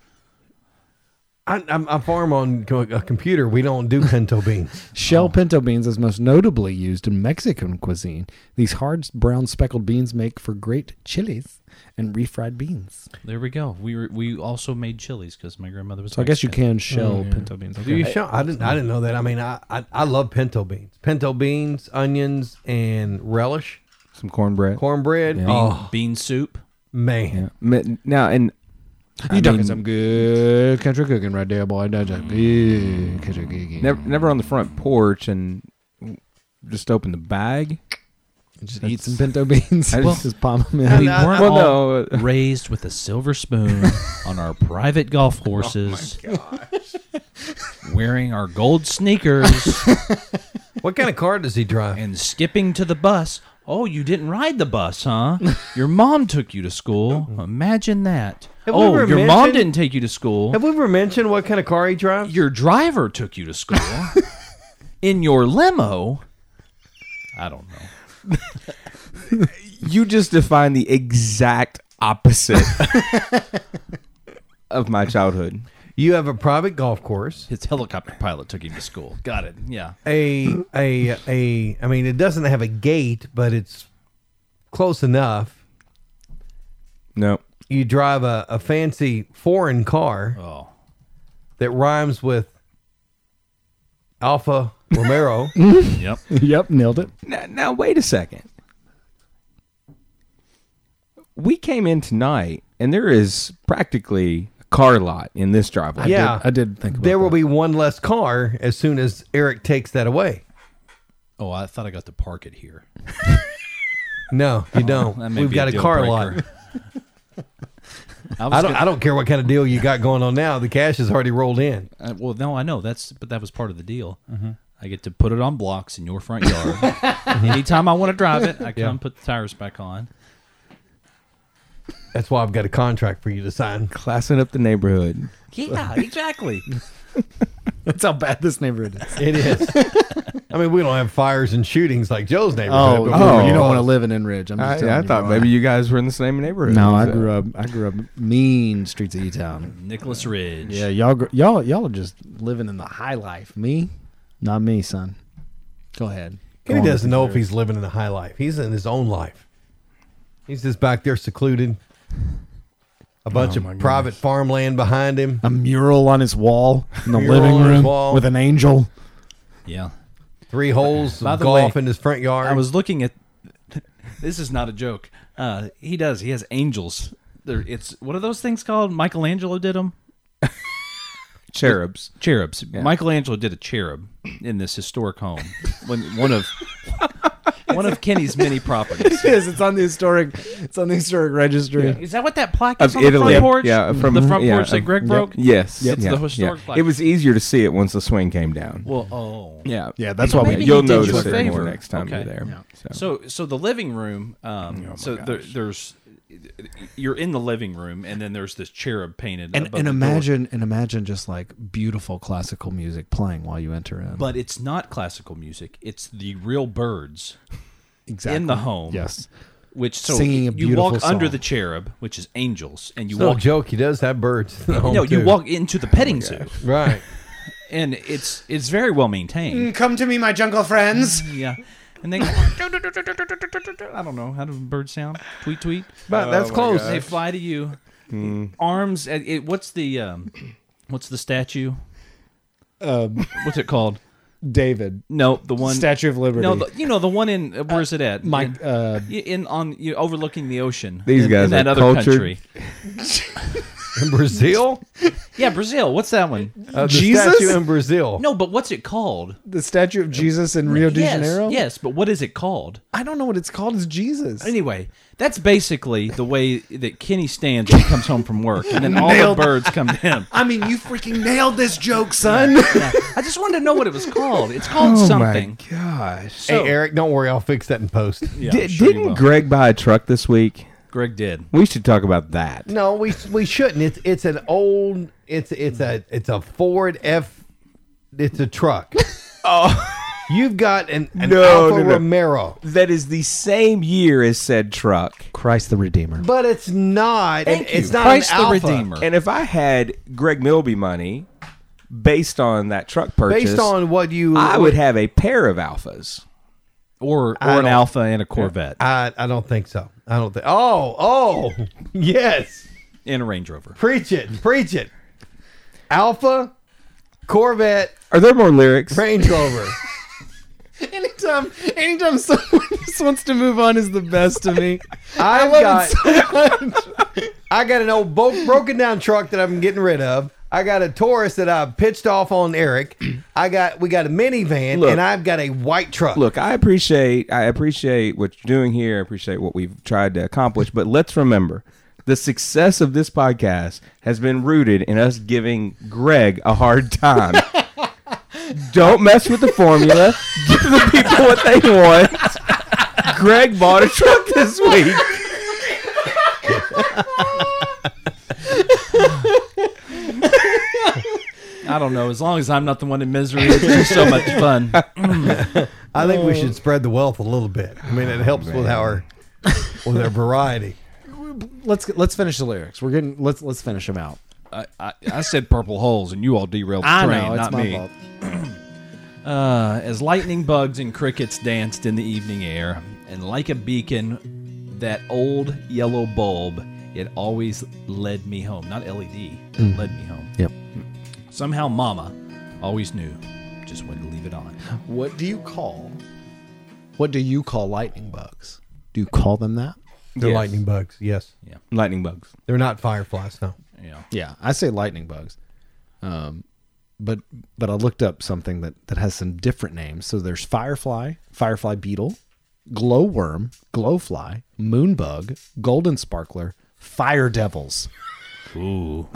I, I'm, I farm on co- a computer. We don't do pinto beans.
Shell pinto beans is most notably used in Mexican cuisine. These hard brown speckled beans make for great chilies and refried beans.
There we go. We were, we also made chilies because my grandmother was.
So I guess you
Mexican.
can shell pinto beans.
Do you
Okay.
show? I didn't. I didn't know that. I mean, I, I I love pinto beans, pinto beans, onions, and relish,
Some cornbread.
cornbread.
bean,
Oh
bean soup.
man,
Yeah. Mi- Now and
You talking some good country cooking right there, boy? That's a good country cooking.
never never on the front porch and just open the bag.
Just eat some pinto beans.
I
Well,
just-
just palm 'em in.
We weren't
Well,
all
no.
raised with a silver spoon on our private golf horses. Wearing our gold sneakers
what kind of car does he drive?
and skipping to the bus. Oh, you didn't ride the bus, huh? Your mom took you to school. Imagine that.
Have we
oh,
ever
your mom
mentioned-
didn't take you to school.
Have we ever mentioned what kind of car he drives?
your driver took you to school. In your limo. I don't know.
You just defined the exact opposite of my childhood.
You have a private golf course.
His helicopter pilot took him to school. Got it. Yeah.
a a a I mean it doesn't have a gate, but it's close enough.
No.
You drive a, a fancy foreign car
Oh.
that rhymes with Alpha Romero.
Yep.
Yep, nailed it.
Now, now wait a second. We came in tonight, and there is practically a car lot in this driveway.
yeah.
I did think about
there will be one less car as soon as Eric takes that away.
Oh, I thought I got to park it here.
No, you don't.
That may
We've
be
got a,
deal
car lot.
breaker. I was
I don't
gonna-
I don't care what kind of deal you got going on now. The cash is already rolled in.
Uh, well, no, I know that's, but that was part of the deal. I get to put it on blocks in your front yard. Anytime I want to drive it, I come put the tires back on.
That's why I've got a contract for you to sign.
Classing up the neighborhood.
Yeah, exactly.
That's how bad this neighborhood is.
It is. I mean, we don't have fires and shootings like Joe's neighborhood.
Oh,
but
oh,
we're-
you don't want to live in Enridge. I'm just
I,
telling
I
you,
thought
bro.
maybe you guys were in the same neighborhood.
No, I
So-
grew up. I grew up mean streets of E Town.
Nicholas Ridge.
Yeah, y'all, gr- y'all, y'all are just living in the high life. Me, not me, son. Go ahead. Go
Kenny
on
doesn't
with
know
your
if he's living in the high life. He's in his own life. He's just back there secluded. A
Oh
bunch of private farmland behind him.
a mural on his wall in the
Mural
living
on his
room
wall.
with an angel.
Yeah.
Three holes
By
of
the
golf
way,
in his front yard.
I was looking at. This is not a joke. Uh, he does. He has angels. There, it's what are those things called? Michelangelo did them.
Cherubs.
Cherubs. Michelangelo did a cherub in this historic home. When one of one of Kenny's many
It
properties.
is. It's on the historic. It's on the historic registry.
Is that what that plaque
Of
is on the
Italy.
front porch? Mm-hmm.
Yeah, from-
the front
yeah,
porch that
of-
Greg
yep.
broke.
Yes.
It's
yeah,
the historic
yeah.
plaque.
It was easier to see it once the swing came down.
Well, oh.
yeah.
Yeah, that's why we.
Maybe
You'll
he did you
notice
a
it more
favor.
next time
Okay.
you're there. So.
So, so the living room.
Oh
Um, so there, there's, you're in the living room, and then there's this cherub painted.
And,
above
and
the door.
imagine and imagine just like beautiful classical music playing while you enter in.
but it's not classical music. It's the real birds
exactly
in the home.
Yes.
which so
Singing a
you walk
beautiful
under
song.
the cherub, which is angels, and you
no
walk.
joke. He does have birds. in the home,
No, you
too.
walk into the petting
Oh
zoo,
right.
and it's it's very well maintained.
Come to me, my jungle friends.
Yeah, and they. I don't know how do birds sound. Tweet tweet.
But
Oh
that's close.
They fly to you. Arms. At, it, what's the um, what's the statue? what's it called?
David,
No, the one
Statue of Liberty.
No, the, you know the one in where's it at?
my
In-
uh,
Y- in on you overlooking the ocean.
These
in,
guys
in
are
that other
cultured.
country.
In Brazil?
Yeah, Brazil. What's that one?
Uh, the
Jesus?
statue in Brazil.
No, but what's it called?
the statue of Jesus in Rio de
yes,
Janeiro.
yes, but what is it called?
I don't know what it's called. It's Jesus.
Anyway, that's basically the way that Kenny stands when he comes home from work, and then all
Nailed.
the birds come to him.
I mean, you freaking nailed this joke, son.
Yeah. I just wanted to know what it was called.
Oh
It's called something.
gosh.
hey, Eric, don't worry. I'll fix that in post.
Yeah, I'm
Did,
sure you will.
didn't Greg buy a truck this week?
Greg did?
We should talk about that.
No, we we shouldn't. It's it's an old. It's it's a it's a Ford F. It's a truck. oh, you've got an, an
No,
Alfa
no, no.
Romero,
That is the same year as said truck.
Christ the Redeemer.
but it's not.
Thank
it's
you.
not
Christ
an
the
Alfa.
Redeemer.
And if I had Greg Milby money based on that truck purchase,
Based on what you,
I would have a pair of alphas.
Or or
I
an
don't-
alpha and a Corvette
I I don't think so. I don't think. Oh oh yes,
and a Range Rover.
preach it, preach it. Alpha, Corvette,
Are there more lyrics?
Range Rover.
Anytime, anytime someone just wants to move on is the best to me.
I've
love
got I got an old bo- broken down truck that I'm getting rid of. I got a Taurus that I pitched off on Eric. I got we got a minivan
Look.
and I've got a white truck.
Look, I appreciate I appreciate what you're doing here. I appreciate what we've tried to accomplish, but let's remember the success of this podcast has been rooted in us giving Greg a hard time. Don't mess with the formula. Give the people what they want. Greg bought a truck this week.
I don't know. As long as I'm not the one in misery, it's just so much fun.
I think we should spread the wealth a little bit. I
Oh,
mean, it helps with our with our variety.
Let's let's finish the lyrics. We're getting let's let's finish them out.
I, I, I said purple holes, and you all derailed the
I
train,
know it's
not
my
me.
fault.
Uh, as lightning bugs and crickets danced in the evening air, and like a beacon, that old yellow bulb, it always led me home. Not LED, it led me home.
Yep.
Somehow, Mama always knew just when to leave it on.
What do you call? What do you call lightning bugs? Do you call them that?
They're
Yes.
lightning bugs. Yes,
Lightning bugs.
they're not fireflies. No.
Yeah.
Yeah, I say lightning bugs. Um, but but I looked up something that that has some different names. So there's firefly, firefly beetle, glowworm, glowfly, moonbug, golden sparkler, fire devils.
Ooh.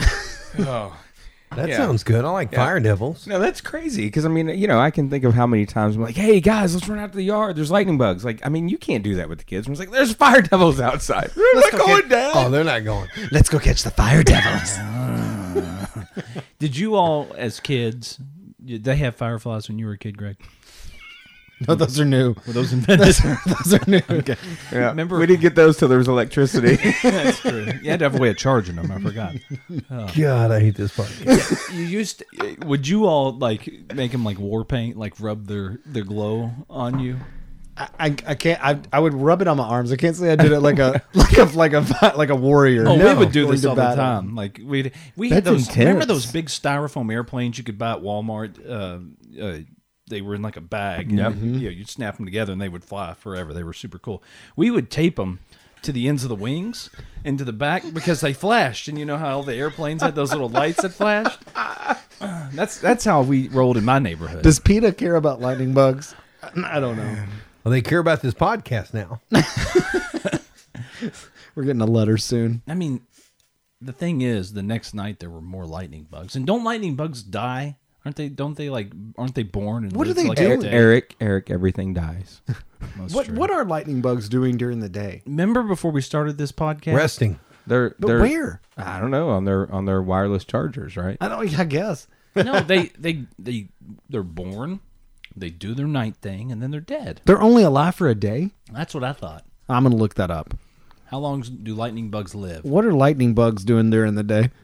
That
Yeah.
sounds good. I like fire devils.
No, that's crazy because I mean, you know, I can think of how many times I'm like, "Hey guys, let's run out to the yard. There's lightning bugs." Like, I mean, you can't do that with the kids. I was like, "There's fire devils outside. They're not going down."
Oh, they're not going.
Let's go catch the fire devils.
Did you all, as kids, did they have fireflies when you were a kid, Greg?
no, those are new.
Were those invented?
Those are new.
Yeah.
Remember-
we didn't get those till there was electricity.
That's true. You had to have a way of charging them. I forgot.
God, I hate this podcast.
You used. To, would you all like make them like war paint, like rub their their glow on you?
I, I, I can't. I, I would rub it on my arms. I can't say I did it like a like a like a fi- like a warrior.
Oh,
No.
we would do this
Going
all
to
the
battle.
time. Like we'd we had
That's
those. Remember
intense.
those big styrofoam airplanes you could buy at Walmart? Uh, uh, they were in like a bag. Yeah, you know, you'd snap them together and they would fly forever. They were super cool. We would tape them to the ends of the wings and to the back because they flashed. And you know how all the airplanes had those little lights that flashed. That's that's how we rolled in my neighborhood.
Does PETA care about lightning bugs? I don't know.
Well, they care about this podcast now.
We're getting a letter soon.
I mean, the thing is, the next night there were more lightning bugs. And don't lightning bugs die? Aren't they? Don't they like? Aren't they born? And
What do
live
they
like
do?
a
Eric,
day?
Eric, Eric, everything dies.
That's
What
true.
What are lightning bugs doing during the day?
Remember before we started this podcast?
Resting.
They're
But
they're
where?
I don't know on their on their wireless chargers, right?
I don't. I guess.
no, they they they they're born, they do their night thing, and then they're dead.
They're only alive for a day.
That's what I thought.
I'm gonna look that up.
How long do lightning bugs live?
What are lightning bugs doing during the day?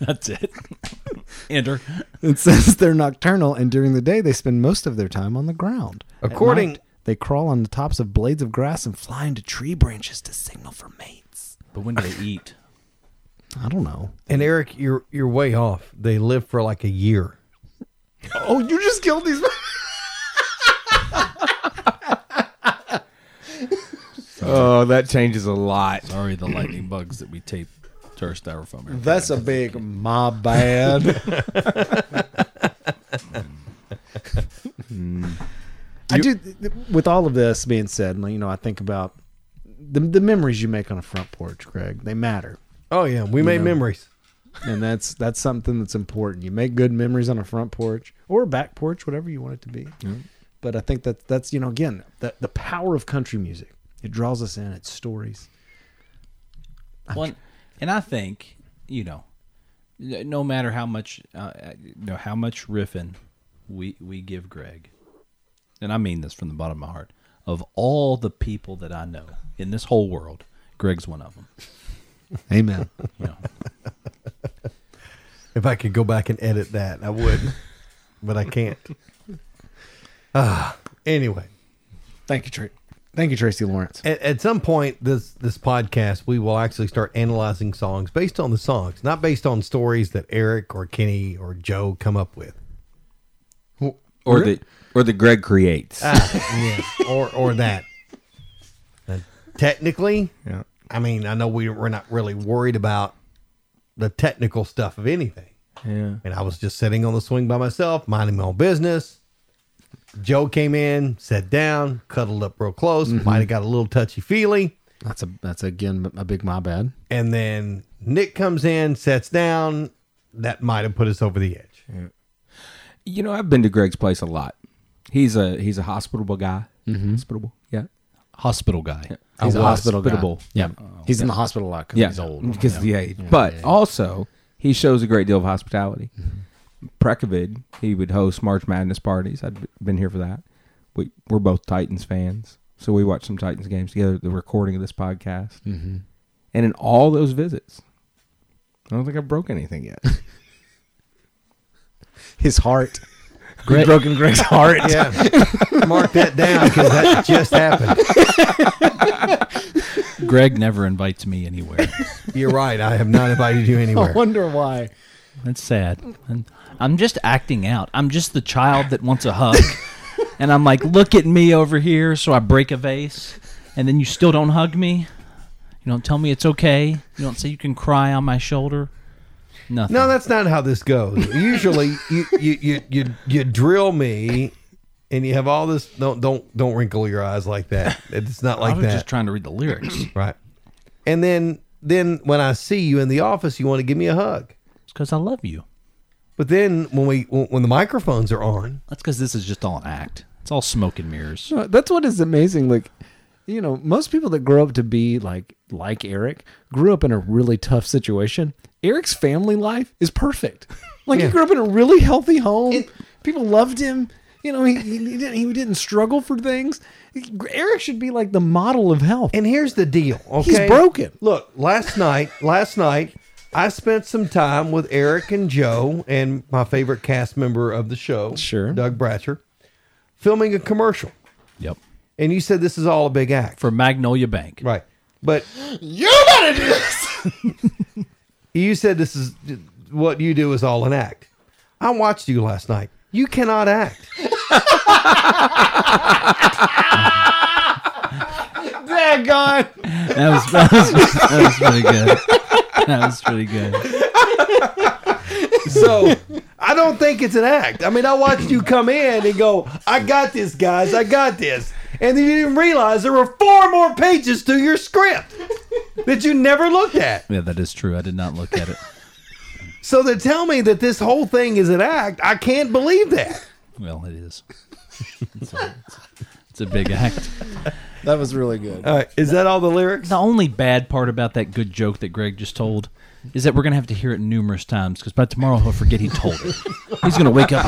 That's it. Enter.
It says they're nocturnal, and during the day they spend most of their time on the ground. At
According-
night, they crawl on the tops of blades of grass and fly into tree branches to signal for mates.
But when do they eat?
I don't know.
And Eric, you're you're way off. They live for like a year.
Oh, you just killed these.
Oh, that changes a lot.
Sorry, the lightning bugs that we tape to our styrofoam. airplane.
That's a big my bad. I do. With all of this being said, you know, I think about the the memories you make on a front porch, Greg. They matter,
Oh yeah, we made memories.
and that's that's something that's important. You make good memories on a front porch or a back porch, whatever you want it to be. But I think that that's you know again that the power of country music. It draws us in. It's stories.
One, and I think you know, n- no matter how much, uh, you know, how much riffing we we give Greg, and I mean this from the bottom of my heart. Of all the people that I know in this whole world, Greg's one of them.
Amen.
You know,
If I could go back and edit that, I would, but I can't. Ah, anyway,
Thank you, Tracy. Thank you, Tracy Lawrence.
at, at some point this this podcast we will actually start analyzing songs based on the songs, not based on stories that Eric or Kenny or Joe come up with,
Or the or the Greg creates.
Uh,
or or that. And technically,
yeah.
I mean, I know we we're not really worried about the technical stuff of anything.
Yeah.
And I was just sitting on the swing by myself, minding my own business. Joe came in, sat down, cuddled up real close,
Mm-hmm.
might have got a little touchy feely.
That's a that's again a big my bad.
And then Nick comes in, sets down. That might have put us over the edge.
You know, I've been to Greg's place a lot. He's a he's a hospitable guy.
Mm-hmm.
Hospitable. Yeah.
hospital guy.
He's a
was.
hospital guy.
Hospitable.
Yeah, Oh, he's in the hospital a lot because
Yeah. Mm,
he's old.
Because yeah. But also he shows a great deal of hospitality. Mm-hmm. Prekovid, he would host March Madness parties. I've b- been here for that. We we're both Titans fans. So we watched some Titans games together, the recording of this podcast. Mm-hmm. And in all those visits, I don't think I broke anything yet.
His heart. Greg broken Greg's heart.
Yeah. Mark that down because that just happened.
Greg never invites me anywhere.
You're right. I have not invited you
I
anywhere.
wonder why.
That's sad. And I'm just acting out. I'm just the child that wants a hug. and I'm like, look at me over here. So I break a vase. And then you still don't hug me. You don't tell me it's okay. You don't say you can cry on my shoulder. Nothing.
No, that's not how this goes. Usually, you you you you, you drill me, and you have all this. Don't don't don't wrinkle your eyes like that. It's not
I
like
was
that,
just trying to read the lyrics. It's
right? And then then when I see you in the office, you want to give me a hug.
because I love you.
But then when we when, when the microphones are on,
That's because this is just all an act. It's all smoke and mirrors.
No, that's what is amazing. Like, you know, most people that grow up to be like like Eric grew up in a really tough situation. Eric's family life is perfect. Like he grew up in a really healthy home. people loved him. You know, he, he, he didn't, he didn't struggle for things. Eric should be like the model of health.
and here's the deal. Okay,
He's broken.
Look, last night, last night, I spent some time with Eric and Joe and my favorite cast member of the show,
Sure.
Doug Bratcher, filming a commercial.
Yep.
And you said this is all a big act.
For Magnolia Bank.
Right. But
You better do this!
you said this is what you do is all an act. I watched you last night. You cannot act.
God.
That was that was, that was pretty good. That was pretty good.
So
I don't think it's an act. I mean, I watched you come in and go, I got this, guys. I got this. And then you didn't realize there were four more pages to your script that you never looked at.
Yeah, that is true. I did not look at it.
So to tell me that this whole thing is an act, I can't believe that.
Well, it is. It's a, it's a big act.
That was really good.
All right. Is that all the lyrics?
The only bad part about that good joke that Greg just told is that we're gonna have to hear it numerous times because by tomorrow he'll forget he told it. He's gonna wake up.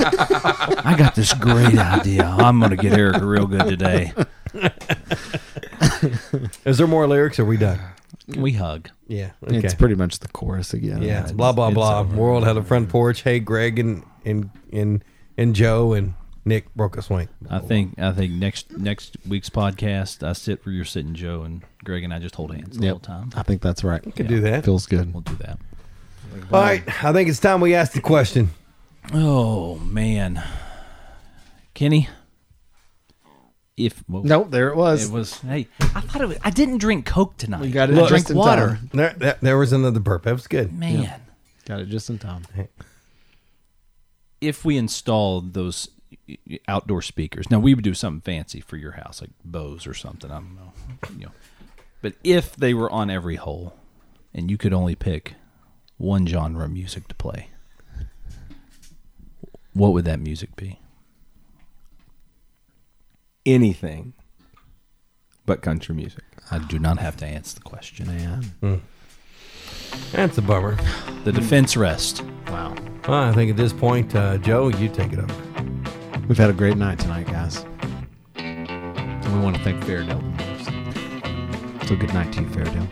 I got this great idea. I'm gonna get Eric real good today.
Is there more lyrics? Or are we done?
Can we hug?
Yeah.
It's pretty much the chorus again.
Yeah, it's blah blah
it's
blah.
over.
World had a front porch. Hey, Greg and and and and Joe and Nick broke a swing.
I think I think next next week's podcast, I sit where you're sitting, Joe and Greg, and I just hold hands the whole time.
I think that's right.
could do that.
Feels good.
We'll do that.
All right, I think it's time we ask the question.
Oh man, Kenny, if well,
Nope, there it was.
it was. Hey, I thought it was. I didn't drink Coke tonight.
We got it
I
just
drank
in
water.
time.
There, that, there was another burp. That was good.
Man,
Got it just in time.
if we installed those outdoor speakers, now we would do something fancy for your house, like Bose or something. I don't know, you know. But if they were on every hole, and you could only pick one genre of music to play, what would that music be?
anything but country music.
I do not have to answer the question.
That's a bummer.
The defense rest. Wow.
Well, I think at this point, uh, Joe, you take it over.
We've had a great night tonight, guys. And we want to thank Fairdale. So good night to you, Fairdale.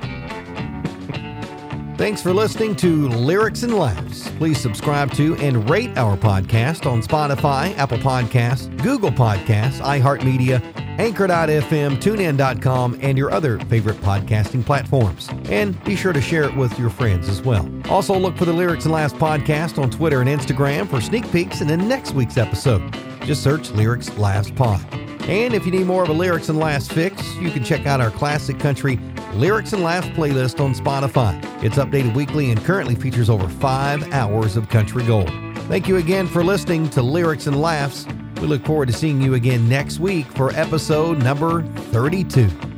Thanks for listening to Lyrics and Laughs. Please subscribe to and rate our podcast on Spotify, Apple Podcasts, Google Podcasts, iHeartMedia, Anchor.fm, TuneIn.com, and your other favorite podcasting platforms. And be sure to share it with your friends as well. Also, look for the Lyrics and Laughs podcast on Twitter and Instagram for sneak peeks into next week's episode. Just search Lyrics Laughs Pod. And if you need more of a lyrics and laughs fix, you can check out our classic country lyrics and laughs playlist on Spotify. It's updated weekly and currently features over five hours of country gold. Thank you again for listening to Lyrics and Laughs. We look forward to seeing you again next week for episode number 32.